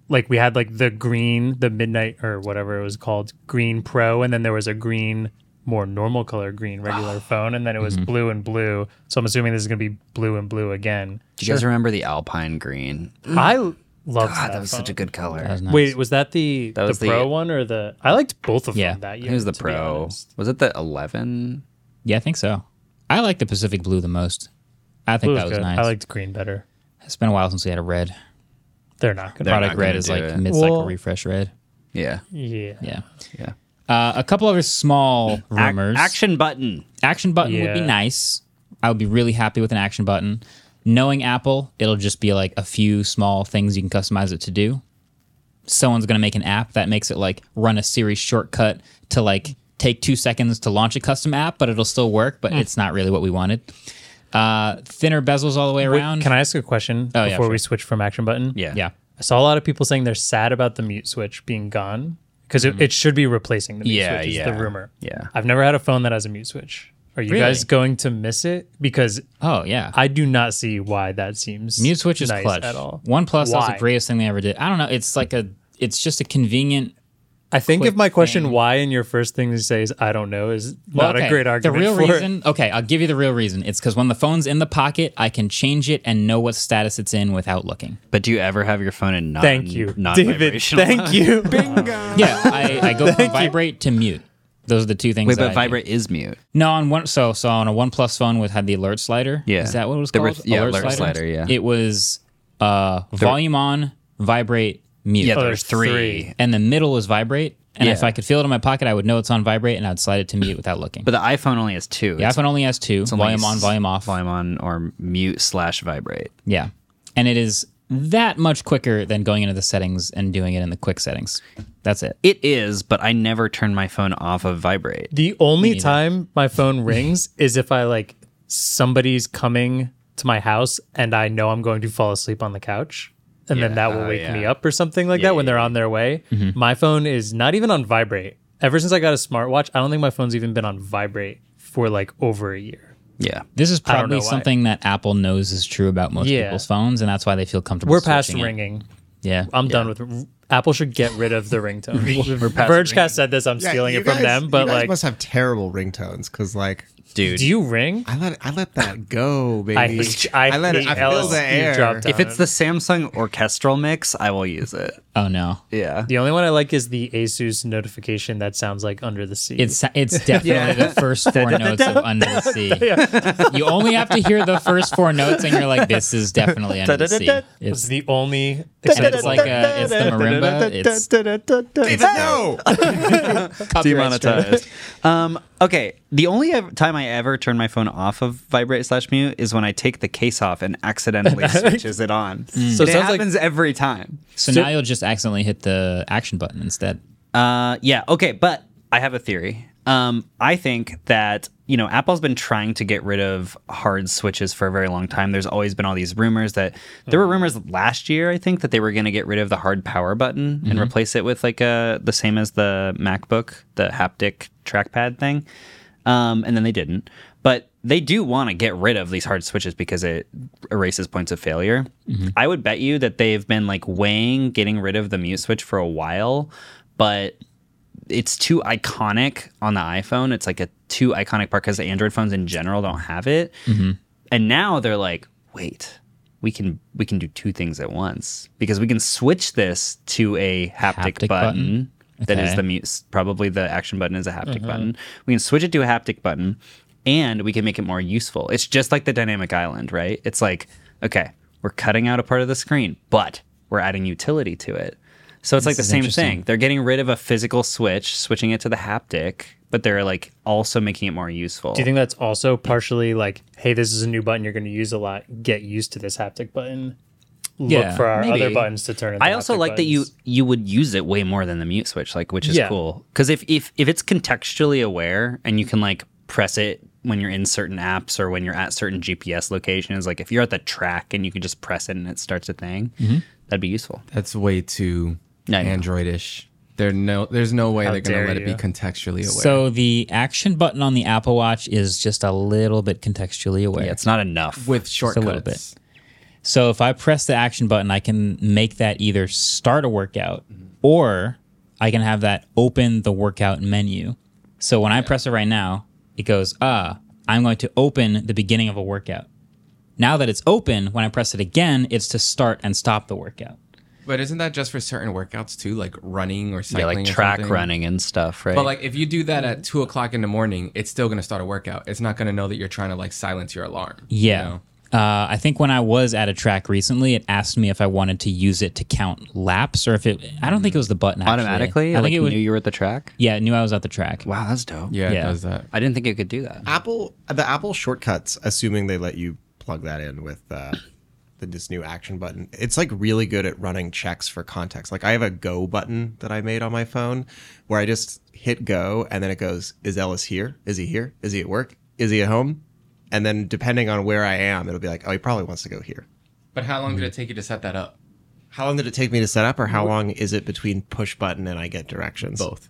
Like we had like the green, the midnight or whatever it was called, green Pro, and then there was a green, more normal color green [SIGHS] regular phone, and then it was Mm-hmm. blue and blue. So I'm assuming this is gonna be blue and blue again. Do you guys remember the Alpine green? I love that. Mm. God, that was such a good color. Wait, was that the That was the the- Pro one or the? I liked both of Yeah. them that year. It was the to be pro. honest. Was it the 11? Yeah, I think so. I like the Pacific Blue the most. I think Blue was that was good. nice. I liked green better. it's been a while since we had a red. They're not good. They're Product not red gonna is do like it. mid-cycle Well- refresh red. Yeah. Yeah. Yeah. Yeah. Uh, a couple other small Ac- rumors. action button. Action button would be Yeah. nice. I would be really happy with an action button. Knowing Apple, it'll just be like a few small things you can customize it to do. Someone's gonna make an app that makes it like run a Siri shortcut to like take two seconds to launch a custom app, but it'll still work. Hmm. But it's not really what we wanted. Uh, thinner bezels all the way Wait, around. can I ask a question Oh, yeah, before sure. we switch from action button? Yeah. Yeah. I saw a lot of people saying they're sad about the mute switch being gone because Mm-hmm. it, it should be replacing the mute Yeah, switch. Is yeah, the rumor? yeah. I've never had a phone that has a mute switch. Are you Really? guys going to miss it? Because Oh yeah. I do not see why that seems Mute switch is nice clutch. at all. OnePlus that was the Why? greatest thing they ever did. I don't know. It's like a. It's just a convenient. I think if quick my question thing. why in your first thing to say is I don't know is Well, not okay, a great argument. The real for it. reason. Okay, I'll give you the real reason. It's because when the phone's in the pocket, I can change it and know what status it's in without looking. But do you ever have your phone in non Thank you, non David. [LAUGHS] [LAUGHS] Thank you. Yeah, I, I [LAUGHS] go from vibrate to mute. Those are the two things. Wait, that I but do. vibrate is mute. No, on one so so on a OnePlus phone with had the alert slider. Yeah. is that what it was The re- called? yeah, alert slider, yeah. it was uh, volume on, vibrate, mute. Yeah, Oh, there's there's three. three. and the middle was vibrate. And Yeah. if I could feel it in my pocket, I would know it's on vibrate, and I'd slide it to mute without looking. But the iPhone only has two. The It's iPhone only has two: only volume on, s- volume off. Volume on or mute slash vibrate. Yeah, and it is that much quicker than going into the settings and doing it in the quick settings. That's it. It is, but I never turn my phone off of vibrate. The only time [LAUGHS] my phone rings is if I like somebody's coming to my house and I know I'm going to fall asleep on the couch. And then Yeah. that will Oh, wake me yeah. Mm-hmm. up or something like that when they're on their way. My phone is not even on vibrate. Ever since I got a smartwatch, I don't think my phone's even been on vibrate for like over a year. Yeah. This is don't probably know why. something that Apple knows is true about most Yeah. people's phones, and that's why they feel comfortable. We're past switching it. ringing. Um, Yeah, I'm done with Apple should get rid of [LAUGHS] the ringtone. past Vergecast said this, I'm Yeah, stealing you it from guys- them, you but guys like must have terrible ringtones because like Dude. do you ring? I let I let that go, baby. I hate [LAUGHS] I, let hate it. I feel Alice the air. eavesdrop if tone. it's the Samsung orchestral mix, I will use it. Oh no, Yeah. The only one I like is the Asus notification that sounds like Under the Sea. it's [LAUGHS] it's definitely the first four notes of Under the Sea. You only have to hear the first four notes, and you're like, this is definitely Under the [LAUGHS] Sea. it's It's the only. and it's like a, uh, it's the marimba. It's David, no. [LAUGHS] copyright strike. um, okay. The only ev- time I ever turn my phone off of vibrate slash mute is when I take the case off and [LAUGHS] accidentally switches it on. So it, sounds like- happens every time. So now you'll just accidentally hit the action button instead. Uh, yeah. Okay. But I have a theory. Um, I think that you know Apple's been trying to get rid of hard switches for a very long time. There's always been all these rumors that there were rumors last year. I think that they were going to get rid of the hard power button and replace it with like a the same as the MacBook, the haptic trackpad thing. Um, and then they didn't. But they do want to get rid of these hard switches because it erases points of failure. I would bet you that they've been like weighing getting rid of the mute switch for a while, but it's too iconic on the iPhone. It's like a too iconic part because the Android phones in general don't have it. And now they're like, wait, we can we can do two things at once because we can switch this to a haptic, Haptic button. button, that is Okay. the mute probably the action button is a haptic button. We can switch it to a haptic button and we can make it more useful. It's just like the dynamic island, right? It's like okay, we're cutting out a part of the screen, but we're adding utility to it. So it's like the is same interesting. thing. They're getting rid of a physical switch, switching it to the haptic, but they're like also making it more useful. Do you think that's also partially like, hey, this is a new button you're going to use a lot. Get used to this haptic button. Yeah, Look for our maybe. other buttons to turn. into I also haptic like that you buttons. you would use it way more than the mute switch, like which is Yeah. cool. Because if if if it's contextually aware and you can like press it when you're in certain apps or when you're at certain GPS locations, like if you're at the track and you can just press it and it starts a thing, Mm-hmm. that'd be useful. That's way too I know. Android-ish. There no, there's no way they're gonna dare let it be you. contextually aware. So the action button on the Apple Watch is just a little bit contextually aware. Yeah, it's not enough. with a shortcuts, little bit. So if I press the action button, I can make that either start a workout or I can have that open the workout menu. So when I press it right now, it goes, ah, I'm going to open the beginning of a workout. Now that it's open, when I press it again, it's to start and stop the workout. but isn't that just for certain workouts too, like running or yeah, cycling? like or track something? running and stuff, right? But like, if you do that at two o'clock in the morning, it's still gonna start a workout. It's not gonna know that you're trying to like silence your alarm. you Yeah. know? Uh, I think when I was at a track recently, it asked me if I wanted to use it to count laps or if it. I don't think it was the button actually. automatically, I like think it you was. knew you were at the track. yeah, it knew I was at the track. Wow, that's dope. Yeah, Yeah. it does that. I didn't think it could do that. Apple, the Apple shortcuts, assuming they let you plug that in with uh, the, this new action button, it's like really good at running checks for context. Like I have a go button that I made on my phone where I just hit go and then it goes, is Ellis here? Is he here? Is he at work? Is he at home? And then depending on where I am, it'll be like, oh, he probably wants to go here. But how long did it take you to set that up? How long did it take me to set up, or how long is it between push button and I get directions? Both.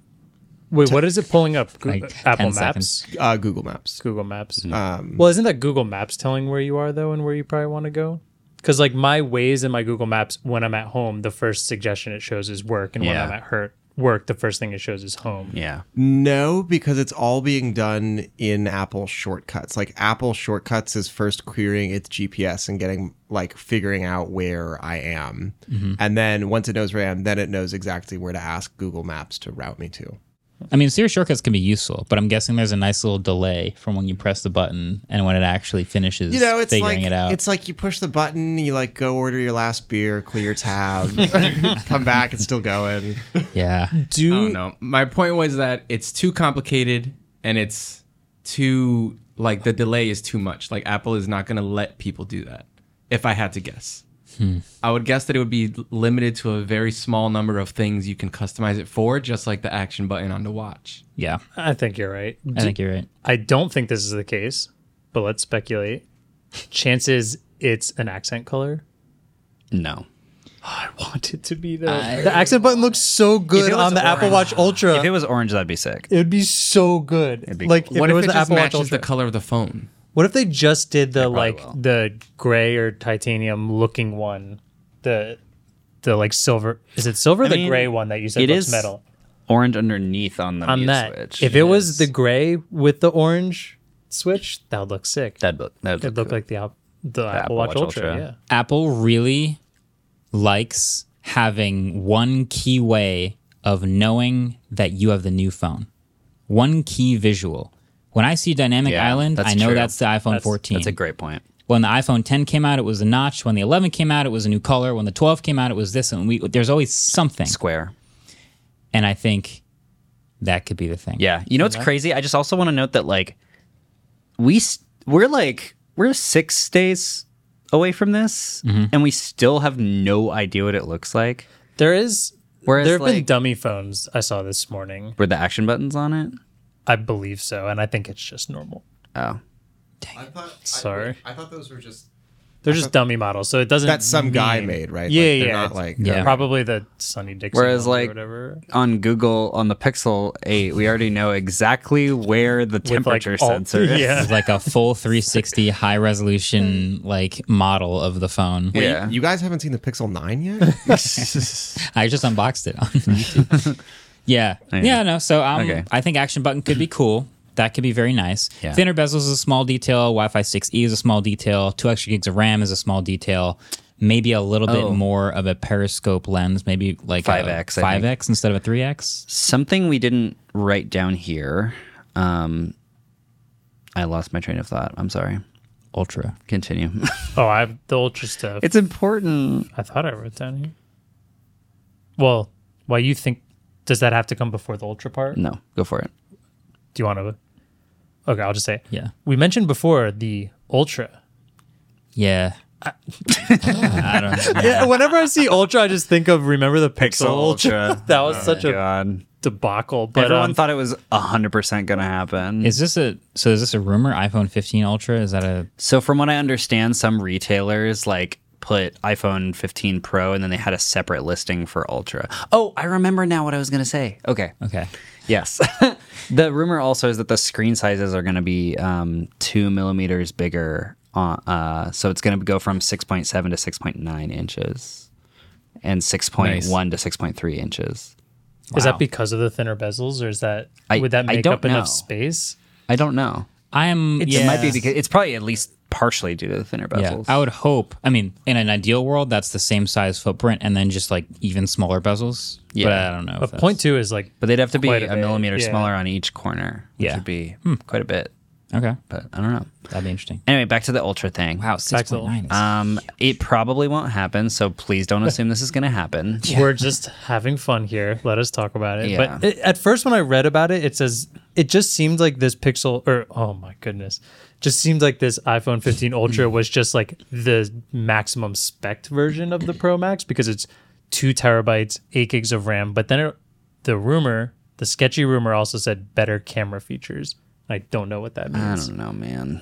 Wait, what is it pulling up? Goo- uh, Like 10 Apple Maps, seconds. Uh, Google Maps. Google Maps. Mm-hmm. well, isn't that Google Maps telling where you are though, and where you probably want to go? Because like my ways in my Google Maps, when I'm at home, the first suggestion it shows is work, and when Yeah. I'm at her work, the first thing it shows is home. Yeah. No, because it's all being done in Apple Shortcuts. Like Apple Shortcuts is first querying its GPS and getting like figuring out where I am, Mm-hmm. and then once it knows where I am, then it knows exactly where to ask Google Maps to route me to. I mean, serious shortcuts can be useful, but I'm guessing there's a nice little delay from when you press the button and when it actually finishes You know, it's figuring like it out. it's like you push the button, you like go order your last beer, clear your tab, [LAUGHS] come back, it's still going. yeah. Do I don't know. Oh, My point was that it's too complicated and it's too like the delay is too much. Like Apple is not going to let people do that. If I had to guess, I would guess that it would be l- limited to a very small number of things you can customize it for, just like the action button on the watch. Yeah. I think you're right. I think you're right. I don't think this is the case, but let's speculate. Chances it's an accent color. No. I [LAUGHS] want it to be the the accent button looks so good was on the Apple Watch Ultra. If it was orange, that'd be sick. it would be so good. be like if what it if was it the just Apple Watch matches Ultra. the color of the phone? what if they just did the probably like will. the gray or titanium looking one, the the like silver? Is it silver? or the mean, gray one that you said it looks is metal. Orange underneath on the On mute that, switch. if it was the gray with the orange switch, that would look sick. that'd look that'd It'd look cool. like the, op- the, Apple Watch, Ultra. Yeah. Apple really likes having one key way of knowing that you have the new phone, one key visual. When I see Dynamic Yeah, Island, that's I know true. that's the iPhone 14. That's a great point. when the iPhone 10 came out, it was a notch. When the 11 came out, it was a new color. When the 12 came out, it was this. And we there's always something. Square. And I think that could be the thing. Yeah. You know what's crazy? I just also want to note that like we s- we're like we're six days away from this, Mm-hmm. and we still have no idea what it looks like. There is. Whereas, there have been like- dummy phones I saw this morning. Were the action buttons on it? I believe so, and I think it's just normal. Oh, I thought, Sorry. I, thought those were just They're just dummy models, so it doesn't. that's some guy mean- made, right? Mm-hmm. Yeah, Like, they're yeah, not it's- like uh, Yeah. Probably the Sunny Dixon. Whereas, one or like, whatever, on Google on the Pixel Eight, we already know exactly where the with, like, temperature all- sensor is. It's [LAUGHS] Yeah, like a full 360 high resolution like model of the phone. Yeah. You guys haven't seen the Pixel [LAUGHS] 9 yet? I just [LAUGHS] unboxed it on YouTube. yeah. Yeah, no. So um, Oh, Okay. I think action button could be cool. That could be very nice. Yeah. Thinner bezels is a small detail. Wi Fi 6E is a small detail. Two extra gigs of RAM is a small detail. Maybe a little Oh. bit more of a periscope lens, maybe like a 5X, I think. 5X instead of a 3X. Something we didn't write down here. Um, I lost my train of thought. I'm sorry. Ultra. Continue. [LAUGHS] Oh, I have the ultra stuff. it's important. I thought I wrote down here. Well, why you think? Does that have to come before the ultra part? No, go for it. Do you want to? Okay, I'll just say. it. Yeah. We mentioned before the ultra. Yeah. [LAUGHS] I don't know. Yeah. Whenever I see ultra, I just think of remember the pixel, [LAUGHS] that was such a God. debacle. But Everyone um, thought it was 100% going to happen. Is this a so? Is this a rumor? iPhone 15 Ultra? Is that a so, from what I understand, some retailers like put iPhone 15 Pro and then they had a separate listing for Ultra. Oh, I remember now what I was going to say. Okay. okay? Yes. [LAUGHS] the rumor also is that the screen sizes are going to be um, two millimeters bigger. On, uh, so it's going to go from 6.7 to 6.9 inches and 6.1 to 6.3 inches. is that because of the thinner bezels, or is that I- would that I make don't up enough know. space? I don't know. I am. It yeah. might be because it's probably at least partially due to the thinner Yeah, bezels. I would hope. I mean, in an ideal world, that's the same size footprint, and then just like even smaller bezels. but Yeah. I don't know. if But that's- point two is like but they'd have to be Quite a, a bit, millimeter yeah. smaller on each corner, which Yeah. would be quite a bit. Okay, But I don't know. that'd be interesting. Anyway, back to the ultra thing. Wow, six to the- point nine. Um, it probably won't happen, so please don't assume this is going to happen. [LAUGHS] We're just having fun here. Let us talk about it. Yeah. But it, at first, when I read about it, it says it just seemed like this Pixel or oh my goodness, just seemed like this iPhone 15 Ultra was just like the maximum spec version of the Pro Max because it's two terabytes, eight gigs of RAM. But then it, the rumor, the sketchy rumor, also said better camera features. I don't know what that I means. don't know, man.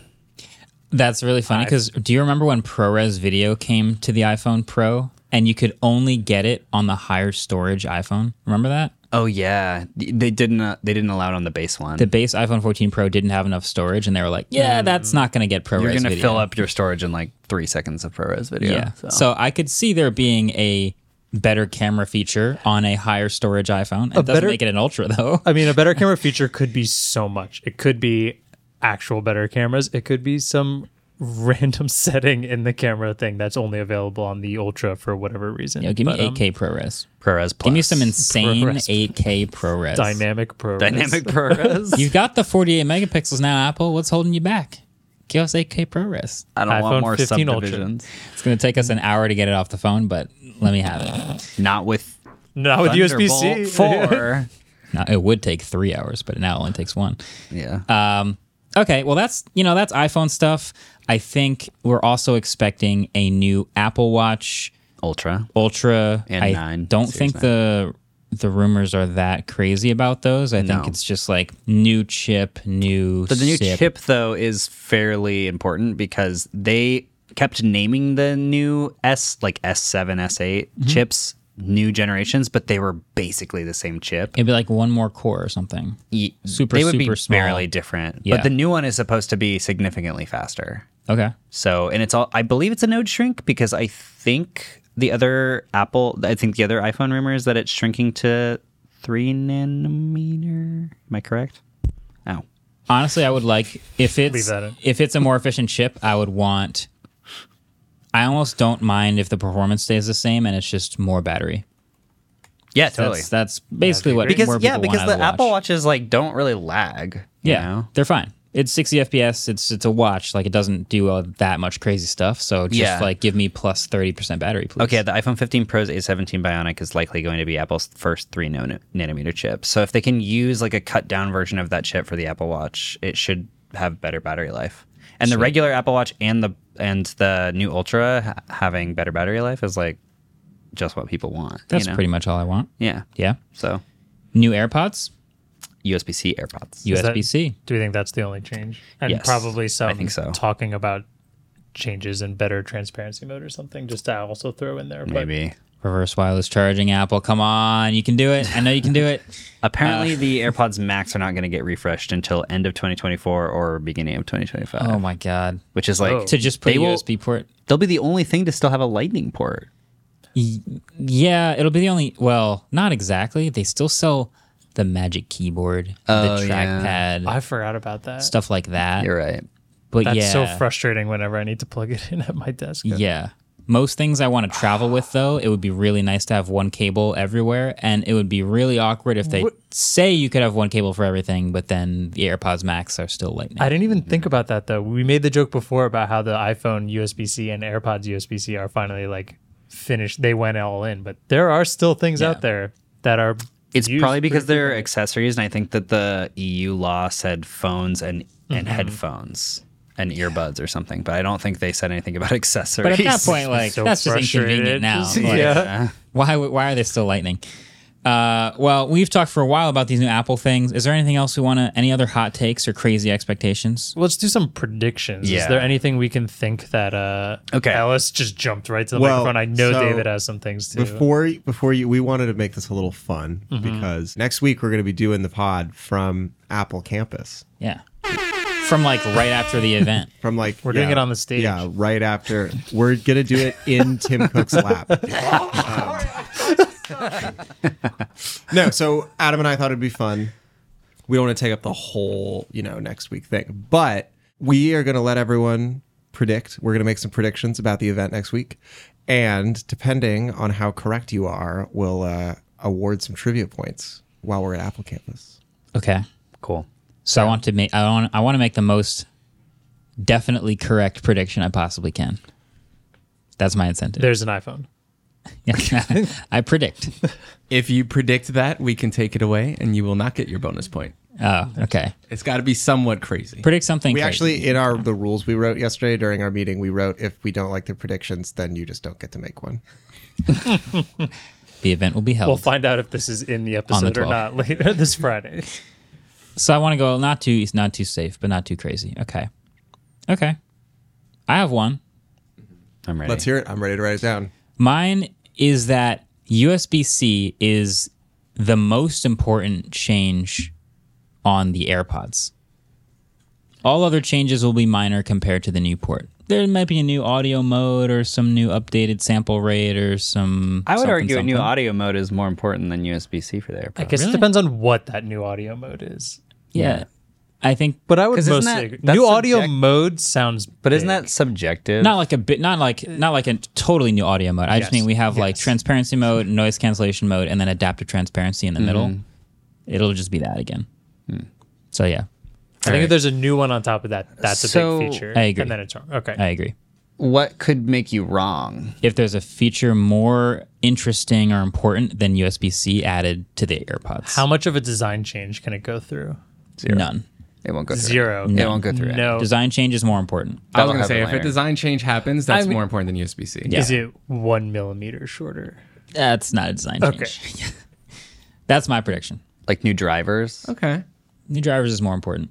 That's really funny because do you remember when ProRes video came to the iPhone Pro and you could only get it on the higher storage iPhone? Remember that? Oh yeah, they didn't. Uh, they didn't allow it on the base one. The base iPhone 14 Pro didn't have enough storage, and they were like, "Yeah, that's not going to get ProRes." You're gonna video. fill up your storage in like three seconds of ProRes video. Yeah. So. I could see there being a better camera feature on a higher storage iPhone. It doesn't better- make it an Ultra though. I mean, a better camera feature could be so much. It could be actual better cameras. It could be some [LAUGHS] random setting in the camera thing that's only available on the Ultra for whatever reason. You know, give me But, um, 8K ProRes. ProRes Plus. Give me some insane ProRes. 8K ProRes. dynamic [LAUGHS] pro. dynamic ProRes. You've got the 48 megapixels now, Apple. What's holding you back? Give us 8K ProRes. I don't iPhone want more 15 Ultra. subdivisions. It's going to take us an hour to get it off the phone, but let me have it. Not with Not Oh, with USB C. [LAUGHS] Thunderbolt four. Now, it would take three hours, but now it only takes one. yeah. Um, okay, well that's you know that's iPhone stuff. I think we're also expecting a new Apple Watch Ultra. Ultra. And I nine, don't Series think nine. the the rumors are that crazy about those. I No. think it's just like new chip, new. But the new SIP. chip though is fairly important because they kept naming the new S like S7, S8 chips new generations, but they were basically the same chip. It'd be like one more core or something. Ye- super, they would super be small. barely different. Yeah. But the new one is supposed to be significantly faster. Okay. So, and it's all, I believe it's a node shrink because I think the other Apple, I think the other iPhone rumor is that it's shrinking to three nanometer. Am I correct? Oh, Honestly, I would like if it's that in. if it's a more efficient chip, I would want. I almost don't mind if the performance stays the same and it's just more battery. yeah, totally. That's that's basically what more because, yeah, people because want out the of Apple watch. Watches like don't really lag. you Yeah, know? they're fine. It's 60 FPS. It's it's a watch. Like it doesn't do all that much crazy stuff. So just Yeah. like give me plus 30% battery, please. Okay, the iPhone 15 Pro's A17 Bionic is likely going to be Apple's first three nan- nanometer chip. So if they can use like a cut down version of that chip for the Apple Watch, it should have better battery life. And the regular Apple Watch and the and the new Ultra ha- having better battery life is like just what people want. you That's know? pretty much all I want. yeah. Yeah. So New AirPods, USB C AirPods. that- USB C. Do we think that's the only change? And Yes, probably some think so. talking about changes and better transparency mode or something just to also throw in there. But Maybe. Reverse wireless charging, Apple. Come on. You can do it. I know you can [LAUGHS] do it. Uh. Apparently, the AirPods Max are not going to get refreshed until end of 2024 or beginning of 2025, Oh my God. which is like To just put They a will- USB port. they'll be the only thing to still have a Lightning port. Yeah, it'll be the only. Well, not exactly. They still sell the Magic Keyboard, Oh, the yeah. trackpad, I forgot about that. stuff like that. You're right. But That's yeah, so frustrating whenever I need to plug it [LAUGHS] in at my desk. Yeah. Most things I want to travel with, though, it would be really nice to have one cable everywhere. And it would be really awkward if they say you could have one cable for everything, but then the AirPods Max are still lightning. I didn't even think about that though. We made the joke before about how the iPhone USB C and AirPods USB C are finally like finished. They went all in, but there are still things out there that are. It's used probably pretty because they're accessories, and I think that the EU law said phones and, and headphones and earbuds or something, but I don't think they said anything about [LAUGHS] accessories. but at that point, like, so that's just frustrated. inconvenient now. Like, uh, yeah. why, would- why are they still lightning? Uh, well, we've talked for a while about these new Apple things. Is there anything else we want to, any other hot takes or crazy expectations? Let's do some predictions. Is Yeah. there anything we can think that? uh Okay. Alice just jumped right to the Well, microphone. I know so David has some things too. Before before you, we wanted to make this a little fun because next week we're going to be doing the pod from Apple campus. Yeah. From like right after the [LAUGHS] event. From like we're doing it on the stage. Yeah, right after we're going to do it in Tim Cook's lap. Um, [LAUGHS] no, so Adam and I thought it'd be fun. We don't want to take up the whole you know next week thing, but we are going to let everyone predict. We're going to make some predictions about the event next week, and depending on how correct you are, we'll uh, award some trivia points while we're at Apple campus. Okay. cool. So I want to make I want I want to make the most definitely correct prediction I possibly can. That's my incentive. There's an iPhone. [LAUGHS] I [LAUGHS] predict. If you predict that, we can take it away and you will not get your bonus point. Oh, okay. It's got to be somewhat crazy. Predict something. We crazy. actually, in our the rules we wrote yesterday during our meeting, we wrote if we don't like the predictions, then you just don't get to make one. the event will be held. Oh. We'll find out if this is in the episode or 12th. not [LAUGHS] later this Friday. so I want to go not too it's not too safe, but not too crazy. Okay. Okay. I have one. I'm ready. Let's hear it. I'm ready to write it down. Mine is that USB C is the most important change on the AirPods. All other changes will be minor compared to the new port. There might be a new audio mode or some new updated sample rate or some. I would something, argue a new something. audio mode is more important than USB C for the AirPods. I guess it depends on what that new audio mode is. Yeah. I think, but But I would 'Cause isn't mostly that- agree. that's new audio subject- mode sounds. But isn't that subjective? not like a bit, not like, not like a totally new audio mode. I just Yes. mean we have like Yes. transparency mode, noise cancellation mode, and then adaptive transparency in the middle. It'll just be that again. So, yeah, I think Alright. if there's a new one on top of that, that's a So- big feature. I agree. And then it's wrong. Okay. I agree. What could make you wrong? if there's a feature more interesting or important than USB C added to the AirPods. How much of a design change can it go through? Zero. None. It won't go through. Zero. It won't go through. it. No. Design change is more important. I was That'll going to say, if happen a later. design change happens, that's more important than USB C. Yeah. Is it one millimeter shorter? That's not a design change. [LAUGHS] Okay. That's my prediction. like new drivers. Okay. New drivers is more important.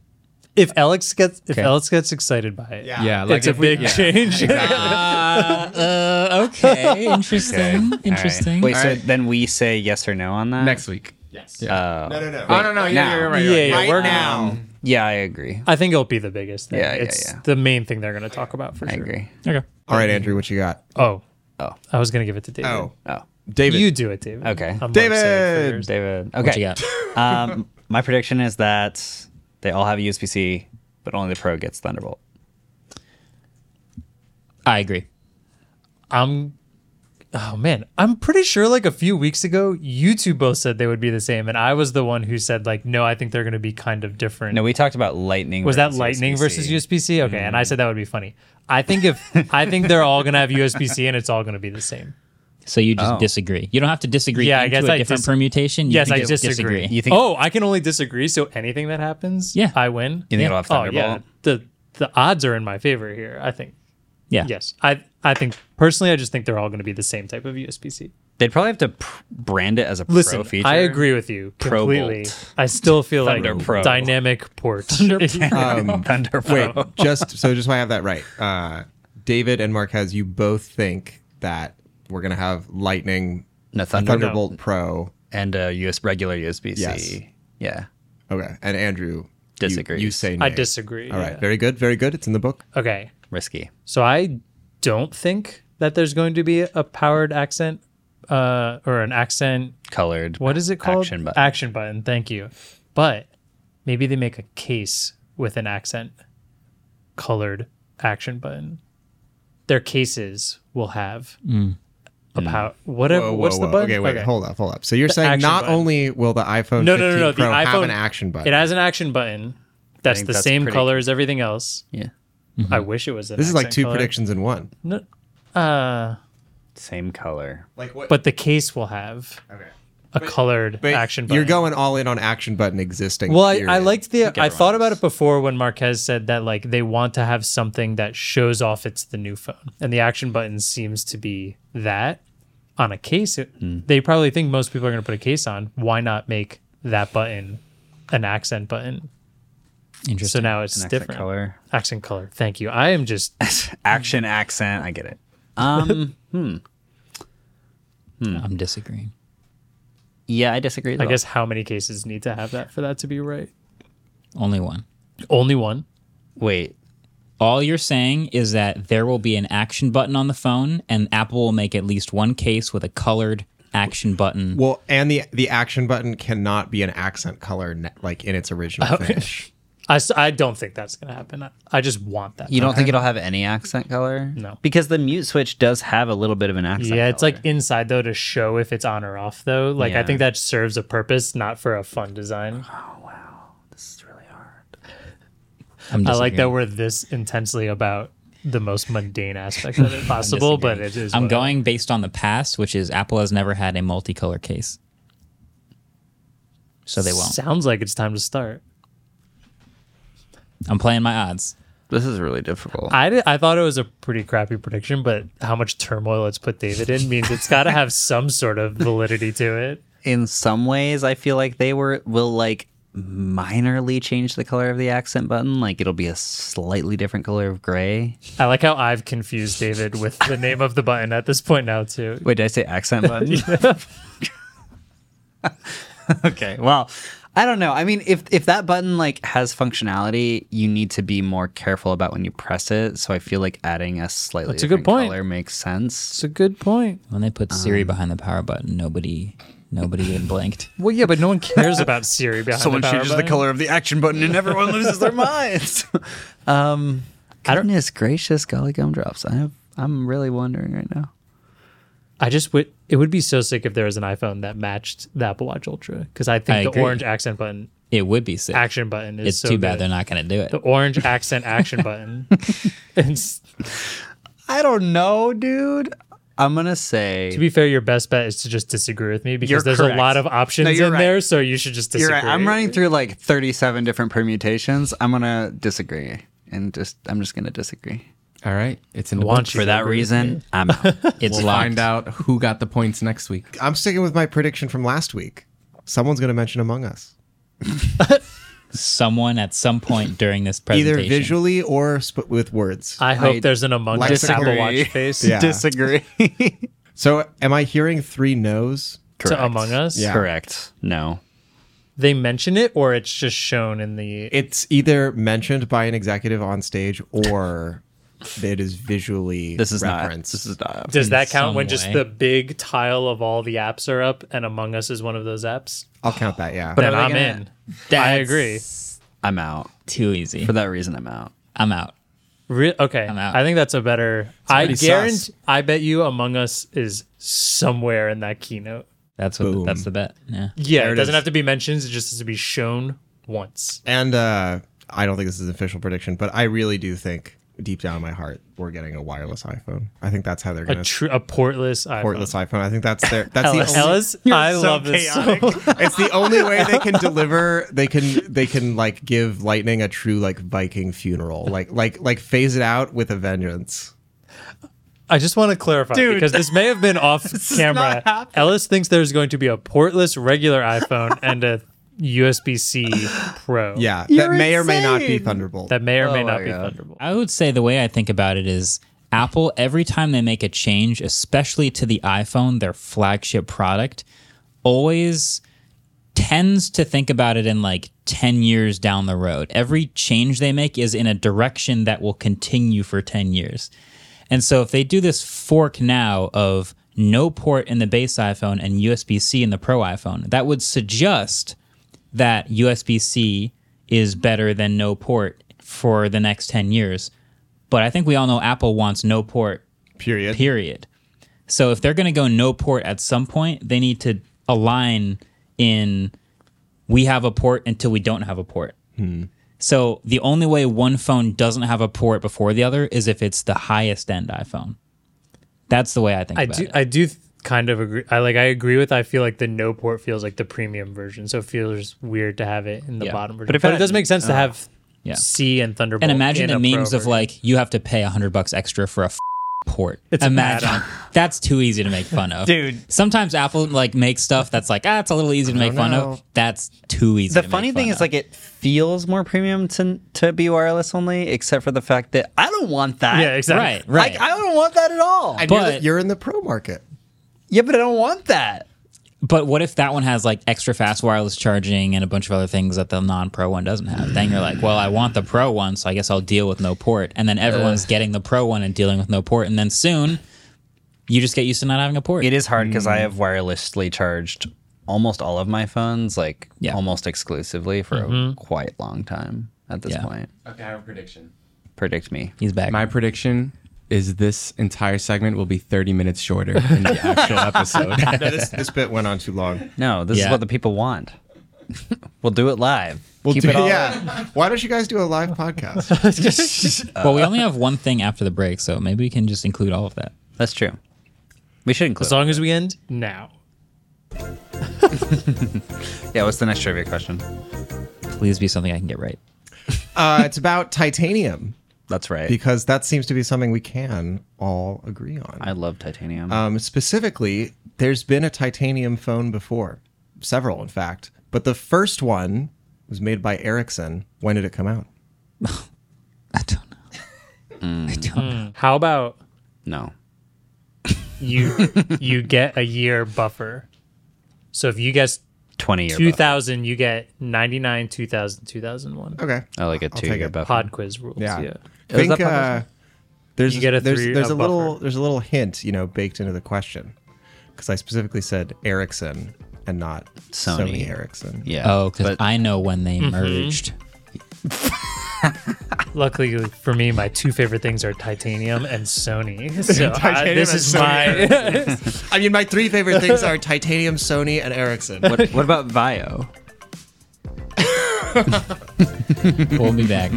If Alex gets if Okay. Alex gets excited by it, Yeah. Yeah. Like it's a if we- big [LAUGHS] yeah. change. Okay, interesting. Interesting. Wait, so right. then we say yes or no on that? Next week. Yes. Uh, no, no, no. I don't know. now. Oh, Yeah, you're right. Yeah, you're yeah, right. we're- now. Yeah, I agree. I think it'll be the biggest thing. Yeah, yeah, it's yeah. the main thing they're going to talk about for I sure. agree. Okay. All right, Andrew, what you got? Oh, Oh. I was going to give it to David. Oh, Oh, David. you do it, David. Okay. I'm David! excited for yours. David. What you got? Okay. [LAUGHS] Um, my prediction is that they all have USB C, but only the Pro gets Thunderbolt. I agree. I'm oh man, I'm pretty sure like a few weeks ago you two both said they would be the same and I was the one who said like no, I think they're going to be kind of different. No, we talked about Lightning. was that Lightning versus USB-C? Okay, and Mm-hmm. I said that would be funny. I think if [LAUGHS] I think they're all going to have USB-C and it's all going to be the same. So you just Oh. disagree. You don't have to disagree Yeah, I into guess a I different dis- permutation. You yes, can I just disagree. You think- Oh, I can only disagree, so anything that happens, Yeah. I win. You think it'll have Oh yeah, Thunderbolt? the the odds are in my favor here. I think Yeah. yes. I I think personally, I just think they're all going to be the same type of USB-C. They'd probably have to pr- brand it as a Pro Listen, feature. I agree with you Pro completely. Bolt. I still feel like Thunder Pro. dynamic port. [LAUGHS] [LAUGHS] Um, Thunder Pro. [LAUGHS] Wait, just so just so I have that right. Uh, David and Marquez, you both think that we're gonna have Lightning, No, a Thunder- Thunderbolt Pro. and a US regular USB C. Yes. Yeah. Okay, and Andrew you- Disagrees. You, say I nay. disagree. All right, yeah. very good, very good. It's in the book. Okay. Risky. So I don't think that there's going to be a powered accent uh, or an accent. Colored. What is it called? Action button. Action button. Thank you. But maybe they make a case with an accent colored action button. Their cases will have a power. Whatever. Mm. Whoa, whoa, Uh, what's whoa. the button? Okay, wait, hold up, hold up. So you're saying action not button. only will the iPhone No, no, 15 no, no. The Pro iPhone have an action button. It has an action button. That's think the that's same pretty- color as everything else. Yeah. I wish it was. An this is like accent two color. predictions in one. No, uh, Same color. Like what? but the case will have okay. a colored But action button. You're going all in on action button existing. Well, I, I period. liked the. I everyone thought about is. it before when Marquez said that like they want to have something that shows off it's the new phone, and the action button seems to be that on a case. It- Hmm. They probably think most people are going to put a case on. Why not make that button an accent button? So Interesting. now it's An accent different color. Accent color. Thank you. I am just Action accent. I get it. Um. I'm disagreeing. yeah, I disagree. I guess how many cases need to have that for that to be right? Only one. Only one. Wait. All you're saying is that there will be an action button on the phone, and Apple will make at least one case with a colored action button. Well, and the the action button cannot be an accent color ne- like in its original finish. I, s- I don't think that's going to happen. I, I just want that. You don't think it'll have any accent color? No. Because the mute switch does have a little bit of an accent. yeah, it's color. like inside though to show if it's on or off though. Like I Yeah. think that serves a purpose, not for a fun design. This is really hard. I'm I like that disagreeing. we're this intensely about the most mundane aspect of [LAUGHS] it possible, but it is. I'm what it- going based on the past, which is Apple has never had a multicolor case. So they won't. Sounds like it's time to start. I'm playing my odds. This is really difficult. I, did- I thought it was a pretty crappy prediction, but how much turmoil it's put David in means it's got to have some sort of validity to it. in some ways I feel like they were will like minorly change the color of the accent button. Like it'll be a slightly different color of gray. I like how I've confused David with the name of the button at this point now too. Wait, did I say accent [LAUGHS] button? [LAUGHS] okay. Well, I don't know. I mean, if if that button like has functionality, you need to be more careful about when you press it. So I feel like adding a slightly That's a good different point. color makes sense. a good point. When they put Siri Um. behind the power button, nobody, nobody even blinked. Well, yeah, but no one cares about Siri behind the power button. of the action button, and everyone loses [LAUGHS] their minds. [LAUGHS] um, goodness gracious, golly gumdrops! I have, I'm really wondering right now. I just would. It would be so sick if there was an iPhone that matched the Apple Watch Ultra because I think I the agree. orange accent button It would be sick. action button is it's so too bad good. they're not going to do it. the orange accent action [LAUGHS] button. It's, I don't know, dude. I'm gonna say to be fair, your best bet is to just disagree with me because You're there's correct. a lot of options No, you're in right. there, so you should just you're disagree. right. I'm running through like 37 different permutations. I'm gonna disagree, and just I'm just gonna disagree. All right, it's in the Want bunch. you For that reason, I'm out. It's We'll locked. find out who got the points next week. I'm sticking with my prediction from last week. Someone's going to mention Among Us, Someone at some point during this either presentation. visually or sp- with words. I hope I there's an Among Us Apple disagree. [LAUGHS] Watch face [LAUGHS] Yeah. Disagree. so, am I hearing three no's? to Among Us. Yeah. Correct. No. They mention it, or it's just shown in the. It's either mentioned by an executive on stage or it is visually This is referenced. not. This is not. does that count some when just way. the big tile of all the apps are up and Among Us is one of those apps? I'll count that. Yeah, But- Then are they I'm gonna- in. I agree. I'm out. Too easy. For that reason, I'm out. I'm out. Re- okay, out. I think that's a better. I already guarantee. sus. I bet you Among Us is somewhere in that keynote. That's what. Boom. that's the bet. Yeah. Yeah, it, it doesn't is. have to be mentioned. It just has to be shown once. and uh, I don't think this is an official prediction, but I really do think deep down in my heart we're getting a wireless iPhone. I think that's how they're A going to true, a portless iPhone. portless iPhone. I think that's their. That's Ellis, the only. Ellis, I love this. so- It's the only way they can deliver. They can they can like give lightning a true like Viking funeral. Like like like phase it out with a vengeance. I just want to clarify because this may [LAUGHS] have been off camera. Ellis thinks there's going to be a portless [LAUGHS] regular iPhone and a USB C Pro. Yeah, that may or may not be Thunderbolt. that may or may Oh not my be God. Thunderbolt. I would say the way I think about it is Apple, every time they make a change, especially to the iPhone, their flagship product, always tends to think about it in like 10 years down the road. Every change they make is in a direction that will continue for 10 years. And so if they do this fork now of no port in the base iPhone and USB C in the Pro iPhone. That would suggest that USB C is better than no port for the next 10 years. But I think we all know Apple wants no port, Period. period. So if they're going to go no port at some point, they need to align in we have a port until we don't have a port. So the only way one phone doesn't have a port before the other is if it's the highest end iPhone. That's the way I think I about do. it. I do th- kind of agree. I like. I agree with. I feel like the no port feels like the premium version, so it feels weird to have it in the Yeah. bottom version. But But, if it I- does make sense to have Uh, yeah. C and Thunderbolt. And imagine in the a Pro memes of version. like you have to pay a hundred bucks extra for a f- port. It's an imagine add-on. that's too easy to make fun of, Dude. Sometimes Apple like makes stuff that's like ah, it's a little easy to make fun know. of. That's too easy. The to funny make thing fun is, of. like, it feels more premium to to be wireless only, except for the fact that I don't want that. yeah, exactly. right, right. Like, I don't want that at all. And you're, but- the, you're in the pro market. yeah, but I don't want that. but what if that one has like extra fast wireless charging and a bunch of other things that the non-pro one doesn't have? Then you're like, well, I want the pro one, so I guess I'll deal with no port. And then everyone's getting the pro one and dealing with no port, and then soon you just get used to not having a port. It is hard because I have wirelessly charged almost all of my phones, like Yeah. almost exclusively for a quite long time at this Yeah. point. Okay, I have a prediction. Predict me. He's back. My prediction is this entire segment will be 30 minutes shorter than the [LAUGHS] [LAUGHS] actual episode. No, this, this bit went on too long. No, this Yeah. is what the people want. [LAUGHS] we'll do it live. We'll Keep do, it all. yeah. Why don't you guys do a live podcast? well, we only have one thing after the break, so maybe we can just include all of that. That's true. We should include. As long as we end now. yeah, what's the next trivia question? Please be something I can get right. Uh, it's about titanium That's right. because that seems to be something we can all agree on. I love titanium. Um, specifically, there's been a titanium phone before, several, in fact. But the first one was made by Ericsson. When did it come out? I don't know. I don't know. How about no. you? [LAUGHS] you get a year buffer. So if you guess 20 year two buff. thousand, you get ninety nine, 2000, 2001. Okay. I like a I'll two take year it. buff. Pod quiz rules. Yeah. Yeah. I think that uh, there's You get a there's, three- there's a a, little buffer. there's a little hint you know baked into the question because I specifically said Ericsson and not Sony, Sony. Ericsson. Yeah. Oh, because but I know when they Mm-hmm. merged. Luckily for me, my two favorite things are titanium and Sony. So I- Titanium this and is Sony my. [LAUGHS] I mean, my three favorite things are titanium, Sony, and [LAUGHS] Ericsson. what, what about Vio? We'll be back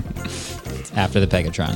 after the Pegatron.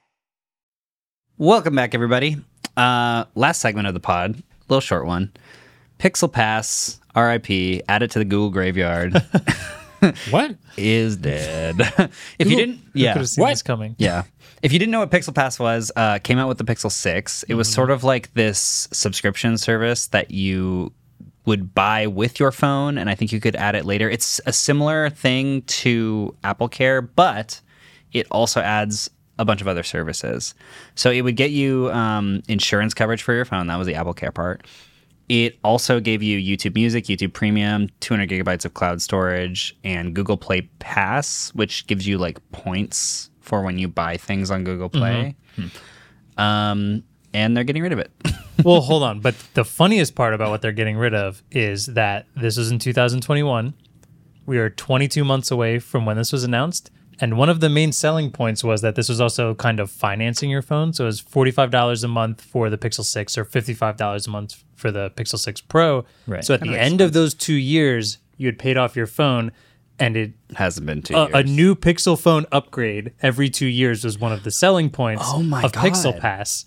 Welcome back, everybody. Uh, last segment of the pod, little short one. Pixel Pass, RIP, added to the Google [LAUGHS] graveyard, What? is dead. [LAUGHS] if you didn't, Could yeah, have seen What? this coming. yeah. [LAUGHS] If you didn't know what Pixel Pass was, uh, came out with the Pixel Six. It was sort of like this subscription service that you would buy with your phone, and I think you could add it later. It's a similar thing to Apple Care, but it also adds a bunch of other services. So it would get you um, insurance coverage for your phone. That was the Apple Care part. It also gave you YouTube Music, YouTube Premium, 200 gigabytes of cloud storage, and Google Play Pass, which gives you like points for when you buy things on Google Play. Um, and they're getting rid of it. well, hold on. But the funniest part about what they're getting rid of is that this is in 2021. We are 22 months away from when this was announced. And one of the main selling points was that this was also kind of financing your phone. So it was $45 a month for the Pixel 6 or $55 a month for the Pixel 6 Pro. Right. So at the end of those two years, you had paid off your phone and it Hasn't been two a, Uh, a years. new Pixel phone upgrade every two years was one of the selling points Oh my of Pixel God. Pass.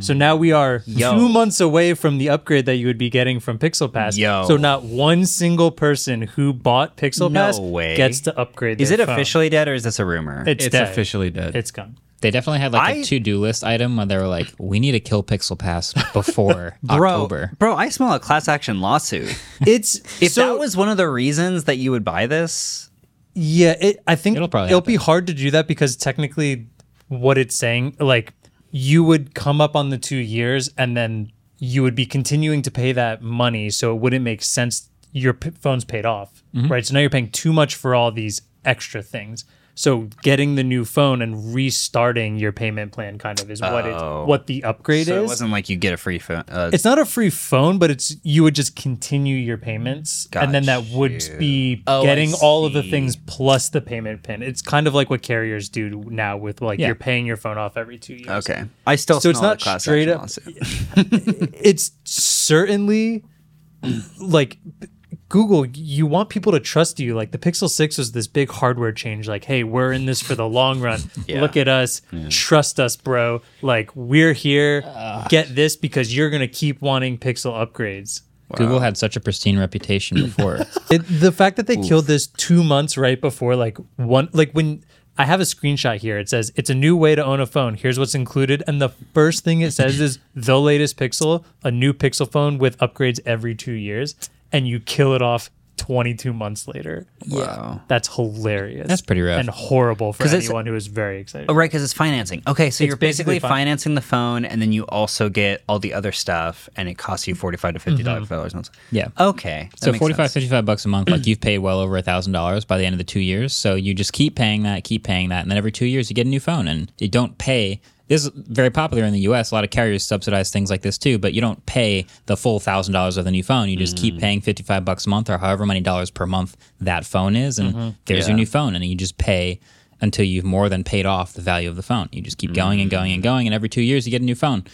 So now we are Hmm. Yo. two months away from the upgrade that you would be getting from Pixel Pass. Yo. So not one single person who bought Pixel No Pass way. gets to upgrade. Is their it phone. officially dead or is this a rumor? It's, It's dead. officially dead. It's gone. They definitely had like a I- to do list item when they were like, we need to kill Pixel Pass before [LAUGHS] bro, October. bro, I smell a class action [LAUGHS] lawsuit. It's If so, that was one of the reasons that you would buy this, Yeah, it, I think It'll it'll, probably be hard to do that because technically, what it's saying, like, you would come up on the two years and then you would be continuing to pay that money. So it wouldn't make sense. Your p- phone's paid off, Mm-hmm. right? So now you're paying too much for all these extra things. So getting the new phone and restarting your payment plan kind of is what Oh. it, what the upgrade so it is. wasn't like you get a free phone. Uh, It's not a free phone, but it's you would just continue your payments, and then that would be getting all of the things plus the payment pin. It's kind of like what carriers do now with like you're paying your phone off every two years. okay, I still smell So it's a not class straight action up- lawsuit. It's certainly like Google. You want people to trust you. Like the Pixel Six was this big hardware change. Like, hey, we're in this for the long run. Look at us, trust us, bro. Like we're here. Get this because you're gonna keep wanting Pixel upgrades. Google had such a pristine reputation [CLEARS THROAT] before. It, the fact that they killed this two months right before, like one, like when I have a screenshot here, it says it's a new way to own a phone. Here's what's included, and the first thing it says is the latest Pixel, a new Pixel phone with upgrades every two years, and you kill it off 22 months later. Wow. That's hilarious. That's pretty rough. and horrible for 'Cause it's- anyone who is very excited. Oh, right, because it's financing. Okay, so It's you're basically, basically fin- financing the phone, and then you also get all the other stuff, and it costs you forty-five to fifty dollars. Mm-hmm. dollars Yeah. Okay. that so makes 45 sense. 55 bucks a month, like you've paid well over a $1,000 by the end of the two years. So you just keep paying that, keep paying that. And then every two years, you get a new phone and you don't pay. This is very popular in the US. A lot of carriers subsidize things like this too, but you don't pay the full $1,000 of the new phone. You just Mm-hmm. keep paying 55 bucks a month or however many dollars per month that phone is. And Mm-hmm. there's your new phone. And you just pay until you've more than paid off the value of the phone. You just keep going and going and Mm-hmm. going. And every two years, you get a new phone.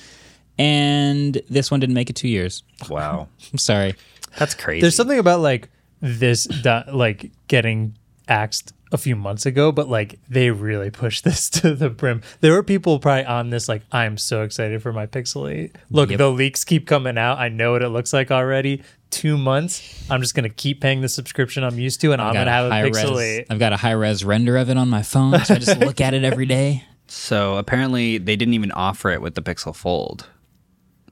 And this one didn't make it two years. [LAUGHS] Wow, I'm sorry. that's crazy. There's something about like this, di- like getting axed a few months ago, but like they really pushed [LAUGHS] this to the brim. There were people probably on this, like, I'm so excited for my Pixel 8. Look, the leaks keep coming out. I know what it looks like already. Two months. I'm just going to keep paying the subscription I'm used to, and I'm Got going to have a high Pixel res- 8. I've got a high res render of it on my phone, so I just look at it every [LAUGHS] day. So apparently they didn't even offer it with the Pixel Fold.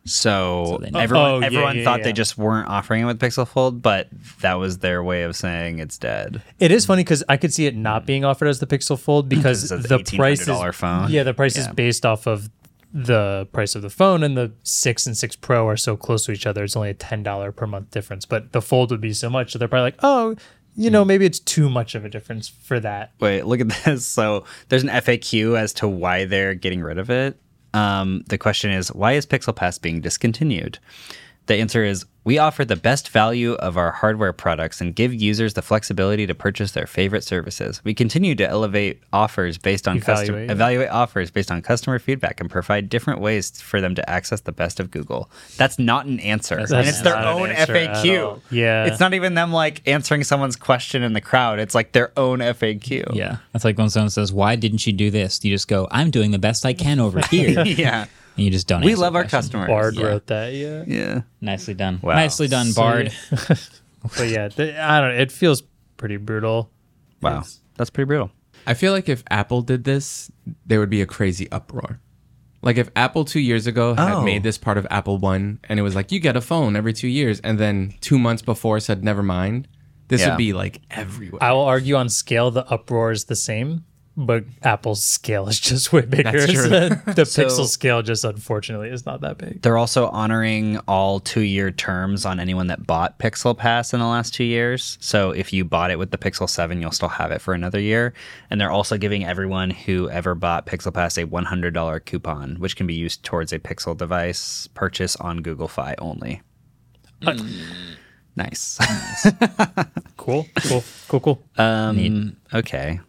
So, they- everyone, Oh, yeah, everyone yeah, thought yeah. they just weren't offering it with Pixel Fold, but that was their way of saying it's dead. It is funny because I could see it not being offered as the Pixel Fold Hmm. because Because it's the an price is $1,800 phone. Yeah, the price is based off of the price of the phone, and the six and six Pro are so close to each other. It's only a ten dollar per month difference, but the Fold would be so much. So they're probably like, oh, you know, maybe it's too much of a difference for that. Wait, look at [LAUGHS] this. So there's an FAQ as to why they're getting rid of it. Um, the question is, why is Pixel Pass being discontinued? The answer is, we offer the best value of our hardware products and give users the flexibility to purchase their favorite services. We continue to elevate offers based on custom Evaluate, yeah. evaluate offers based on customer feedback and provide different ways for them to access the best of Google. That's not an answer. and it's their not an own answer at all. FAQ. Yeah. It's not even them like answering someone's question in the crowd. It's like their own FAQ. Yeah, that's like when someone says, "Why didn't you do this?" You just go, "I'm doing the best I can over [LAUGHS] here," and [LAUGHS] yeah. you just don't. We answer love the our question. customers. Bard Yeah. wrote that, yeah. Yeah. Nicely done. Wow. Nicely done, Bard. But yeah, th- I don't. know. It feels pretty brutal. Wow. That's pretty brutal. I feel like if Apple did this, there would be a crazy uproar. Like if Apple two years ago had Oh. made this part of Apple One, and it was like you get a phone every two years, and then two months before said never mind, this Yeah. would be like everywhere. I will argue on scale, the uproar is the same. But Apple's scale is just way [LAUGHS] bigger. the [LAUGHS] the pixel scale just unfortunately is not that big. They're also honoring all two year terms on anyone that bought Pixel Pass in the last two years. So if you bought it with the Pixel 7, you'll still have it for another year. And they're also giving everyone who ever bought Pixel Pass a $100 coupon, which can be Hmm. used towards a Pixel device purchase on Google Fi only. Nice. [LAUGHS] Cool. Cool. Cool. Cool. um, okay.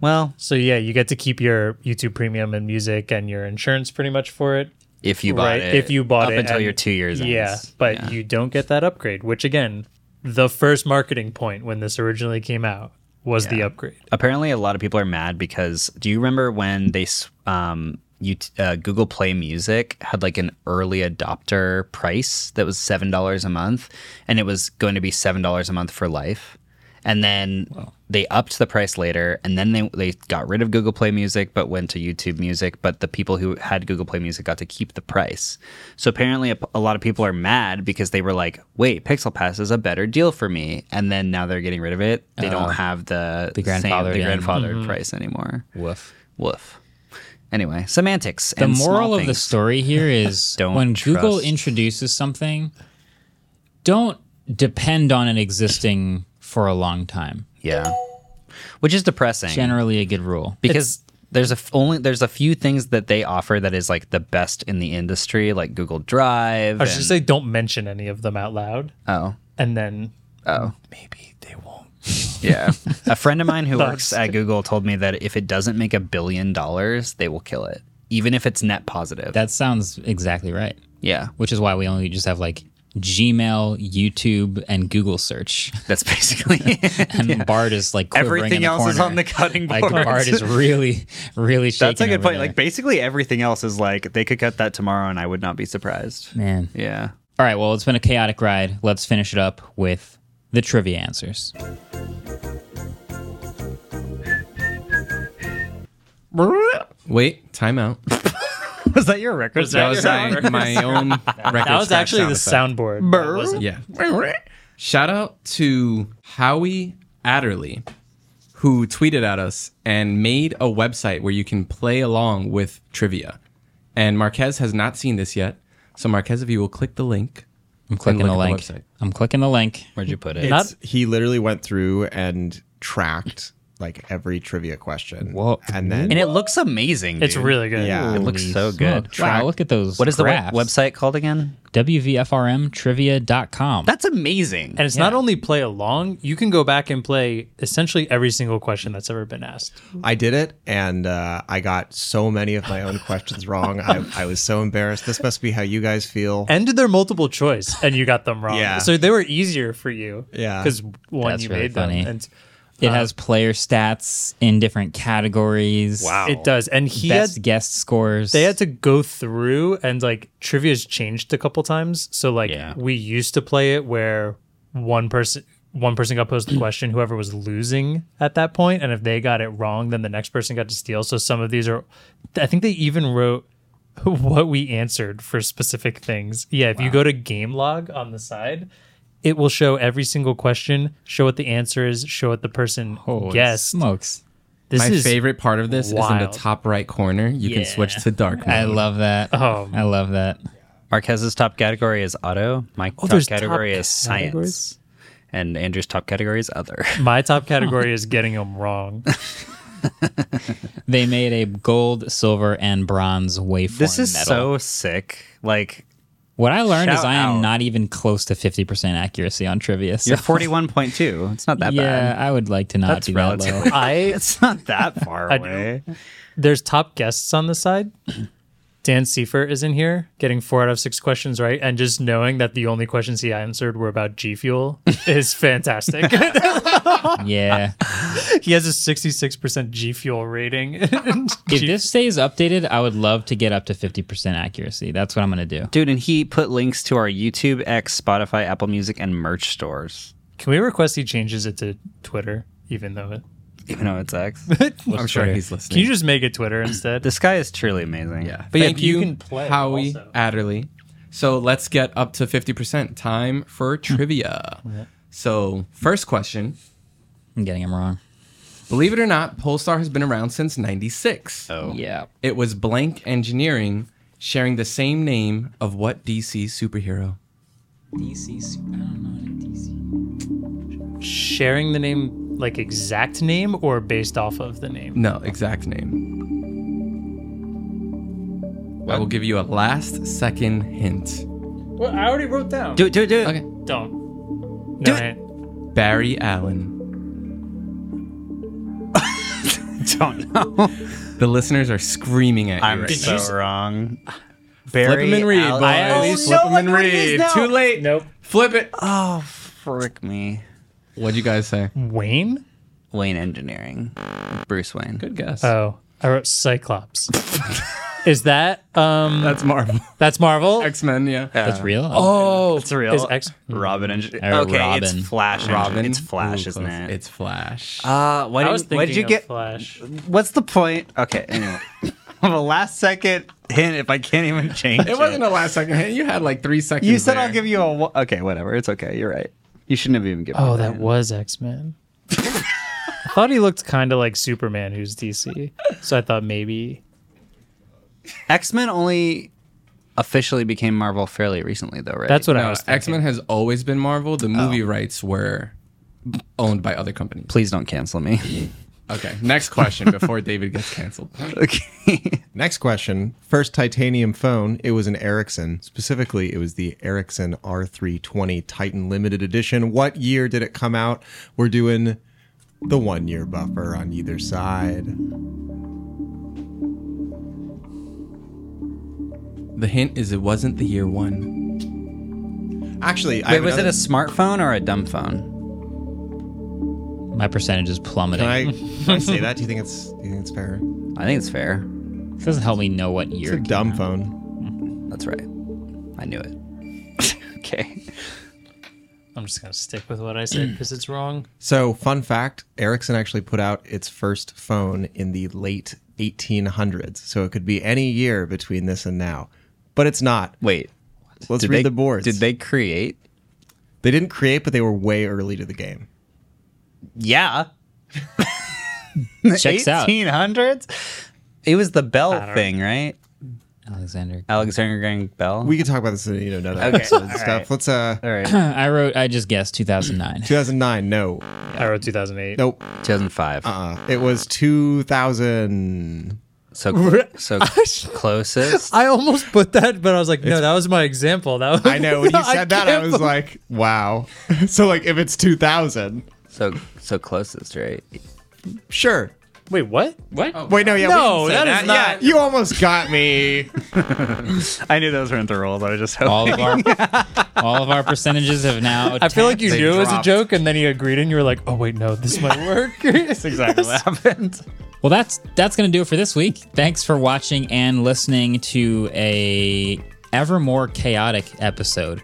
Well, so yeah, you get to keep your YouTube premium and music and your insurance pretty much for it. if you bought right? it, if you bought up it until and- you're two years. yeah, in. but you don't get that upgrade, which again, the first marketing point when this originally came out was the upgrade. apparently a lot of people are mad because do you remember when they s- um you uh, Google Play Music had like an early adopter price that was seven dollars a month, and it was going to be seven dollars a month for life, and then they upped the price later, and then they they got rid of Google Play Music but went to YouTube Music, but the people who had Google Play Music got to keep the price. So apparently a, a lot of people are mad because they were like, wait, Pixel Pass is a better deal for me, and then now they're getting rid of it. They don't have the the same- grandfathered the in. grandfathered price anymore. Woof. Woof. Anyway, semantics. The and small moral of the things. story [LAUGHS] here is Don't when Google trust. introduces something, don't depend on it existing for a long time. Yeah, which is depressing Generally, a good rule. because there's a f- only there's a few things that they offer that is like the best in the industry, like Google Drive. I should and- say, don't mention any of them out loud, oh and then yeah, a friend of [LAUGHS] mine who works at Google told me that if it doesn't make a billion dollars, they will kill it, even if it's net positive. that sounds exactly right, yeah, which is why we only just have like Gmail, YouTube, and Google search. that's basically [LAUGHS] [LAUGHS] it. And Bard is like quivering in everything the else is corner. on the [LAUGHS] cutting board. like Bard is really, really shaking. That's a good over point. there. Like basically everything else is like they could cut that tomorrow and I would not be surprised. man. Yeah. All right, well, it's been a chaotic ride. Let's finish it up with the trivia answers. Wait, timeout. Was that your record? That was my, [LAUGHS] my own record. that was actually the soundboard. that was it. Yeah. Shout out to Howie Adderley, who tweeted at us and made a website where you can play along with trivia. And Marquez has not seen this yet. So, Marquez, if you will click the link, I'm clicking look the at the link. website. I'm clicking the link. Where'd you put it? Not- Um, he literally went through and tracked like every trivia question. Whoa. And then and it looks amazing. It's dude. really good. yeah, It looks so good. Wow, look at those. What is the we- graphs. E website called again? WVFRMtrivia.com. That's amazing. And it's not only play along, you can go back and play essentially every single question that's ever been asked. I did it, and uh, I got so many of my own questions wrong. I, I was so embarrassed. This must be how you guys feel. And they're multiple choice, and you got them wrong. Yeah. So they were easier for you. Yeah. Because one, That's you really made funny. them. And it has player stats in different categories. It does. And he Best had, guest scores. they had to go through and like trivia's changed a couple times. So like Yeah. we used to play it where one person one person got posed the question, whoever was losing at that point, and if they got it wrong, then the next person got to steal. So some of these are I think they even wrote [LAUGHS] what we answered for specific things. Yeah, if you go to game log on the side, it will show every single question, show what the answer is, show what the person Holy guessed. smokes. This my is favorite part of this is in wild. the top right corner. You can switch to dark mode. I love that. Oh. I love that. Marquez's top category is auto. My Oh, top there's top category is categories? science. And Andrew's top category is other. my top category is getting them wrong. They made a gold, silver, and bronze waveform [LAUGHS] this is medal. so sick. Like What I learned Shout is I am out. not even close to 50% accuracy on trivia. So [LAUGHS] you're 41.2. It's not that yeah, bad. I would like to not That's be that [LAUGHS] relative. low. [LAUGHS] I It's not [LAUGHS] that far know. away. there's top guests on the side. [CLEARS THROAT] Dan Seifert is in here getting four out of six questions right, and just knowing that the only questions he answered were about G Fuel is fantastic. [LAUGHS] Yeah. he has a 66% G Fuel rating. [LAUGHS] if this stays updated, I would love to get up to 50% accuracy. That's what I'm going to do. Dude, and he put links to our YouTube, X, Spotify, Apple Music, and merch stores. Can we request he changes it to Twitter, even though it. Even though it's X. I'm sure he's Can listening. you just make it Twitter instead? this guy is truly amazing. yeah. But yeah, Thank but you can play Howie also. Adderley. So, let's get up to 50% time for Hmm. trivia. So, first question I'm getting him wrong. Believe it or not, Polestar has been around since 96. Oh. Yeah. It was Blank Engineering sharing the same name of what DC superhero? DC. I don't know. DC. Sharing the name, like exact name, or based off of the name? No, exact name. I will give you a last second hint. Well, I already wrote down. Do it, do it, do it. Okay. Don't. Do it. Barry Allen. [LAUGHS] Don't know. The listeners are screaming at you. I'm right so now. wrong. Flip Barry him and read, Allen- boys. I- oh, Flip no, him and look what it is read. now. Too late. Nope. Flip it. Oh, frick me. What'd you guys say? mm, Wayne? Wayne Engineering. Bruce Wayne. Good guess. uh, Oh, I wrote Cyclops. Is that um? That's Marvel. That's Marvel. X Men. Yeah. Uh, That's real. oh, It's real. Is X- Robin Engineering. Or Okay, Robin. it's Flash. Engin- Robin. It's Flash, Ooh, isn't close. it? It's Flash. Uh, why I did, was thinking what did you of get? Flash. What's the point? Okay, anyway. [LAUGHS] of a last second hint if I can't even change it. it wasn't a last second hint. You had like three [LAUGHS] seconds. You said there. I'll give you a. wa- Okay, whatever. It's okay. You're right. You shouldn't have even given. Oh, me that hint. was X Men. I thought he looked kind of like Superman, who's DC. So I thought maybe. X Men only officially became Marvel fairly recently, though, right? That's what I No, was thinking. X Men has always been Marvel. The movie rights were owned by other companies. Please don't cancel me. Okay. Next [LAUGHS] question before David gets canceled. okay. Next question. First titanium phone, it was an Ericsson. Specifically, it was the Ericsson R320 Titan Limited Edition. What year did it come out? We're doing the one year buffer on either side. The hint is it wasn't the year one. Actually, I Wait, have was it a another- smartphone or a dumb phone? My percentage is plummeting. Can I, can I say that? Do you think it's do you think it's fair? I think it's fair. It doesn't help me know what It's a year. dumb phone. That's right. I knew it. [LAUGHS] okay. I'm just gonna stick with what I said because it's wrong. So, fun fact, Ericsson actually put out its first phone in the late 1800s. So, it could be any year between this and now. But it's not. Wait. Let's did read they, the boards. Did they create? They didn't create, but they were way early to the game. Yeah. [LAUGHS] Checks out. 1800s? It was the Bell don't thing, right? [LAUGHS] Alexander. Alexander Graham Bell? We can talk about this in you know another Okay. episode and All stuff. right. Let's uh All right. I wrote. I just guessed 2009. 2009. No, I wrote 2008. nope. 2005. Uh, it was 2000. [LAUGHS] So, cl- so closest. I almost put that, but I was like, no, that was my example. That was, I know when you said that, I was like, wow. [LAUGHS] so like, if it's 2000, So, so closest, right? sure. [LAUGHS] wait, what? What? Wait, no, yeah, Oh, No, we can say that is not- Yeah, you almost got me. I knew those weren't the rules. I was just All of our [LAUGHS] all of our percentages have now. I feel like you They knew it was a dropped. joke, and then you agreed, and you were like, oh wait, no, this might work. That's [LAUGHS] exactly what happened. Well, that's that's gonna do it for this week. Thanks for watching and listening to a ever more chaotic episode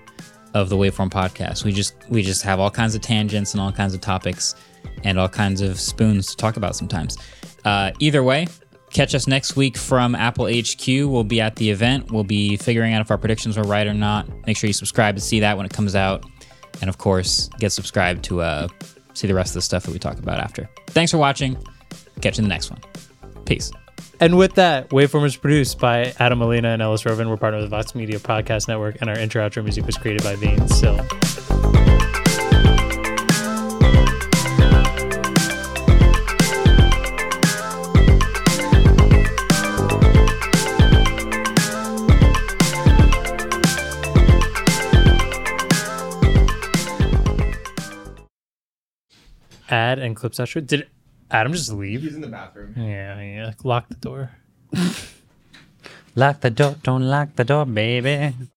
of the Waveform Podcast. We just we just have all kinds of tangents and all kinds of topics and all kinds of spoons to talk about sometimes. Uh, either way, catch us next week from Apple HQ. We'll be at the event. We'll be figuring out if our predictions were right or not. Make sure you subscribe to see that when it comes out, and of course, get subscribed to uh, see the rest of the stuff that we talk about after. Thanks for watching. Catch you in the next one. Peace. And with that, Waveform is produced by Adam Molina and Ellis Rovin. We're part of the Vox Media Podcast Network, and our intro outro music was created by Vane Sill. Ad and clips outro. Did Adam just leave? in the bathroom. Yeah, yeah. Lock the door. Lock the door. Don't lock the door, baby.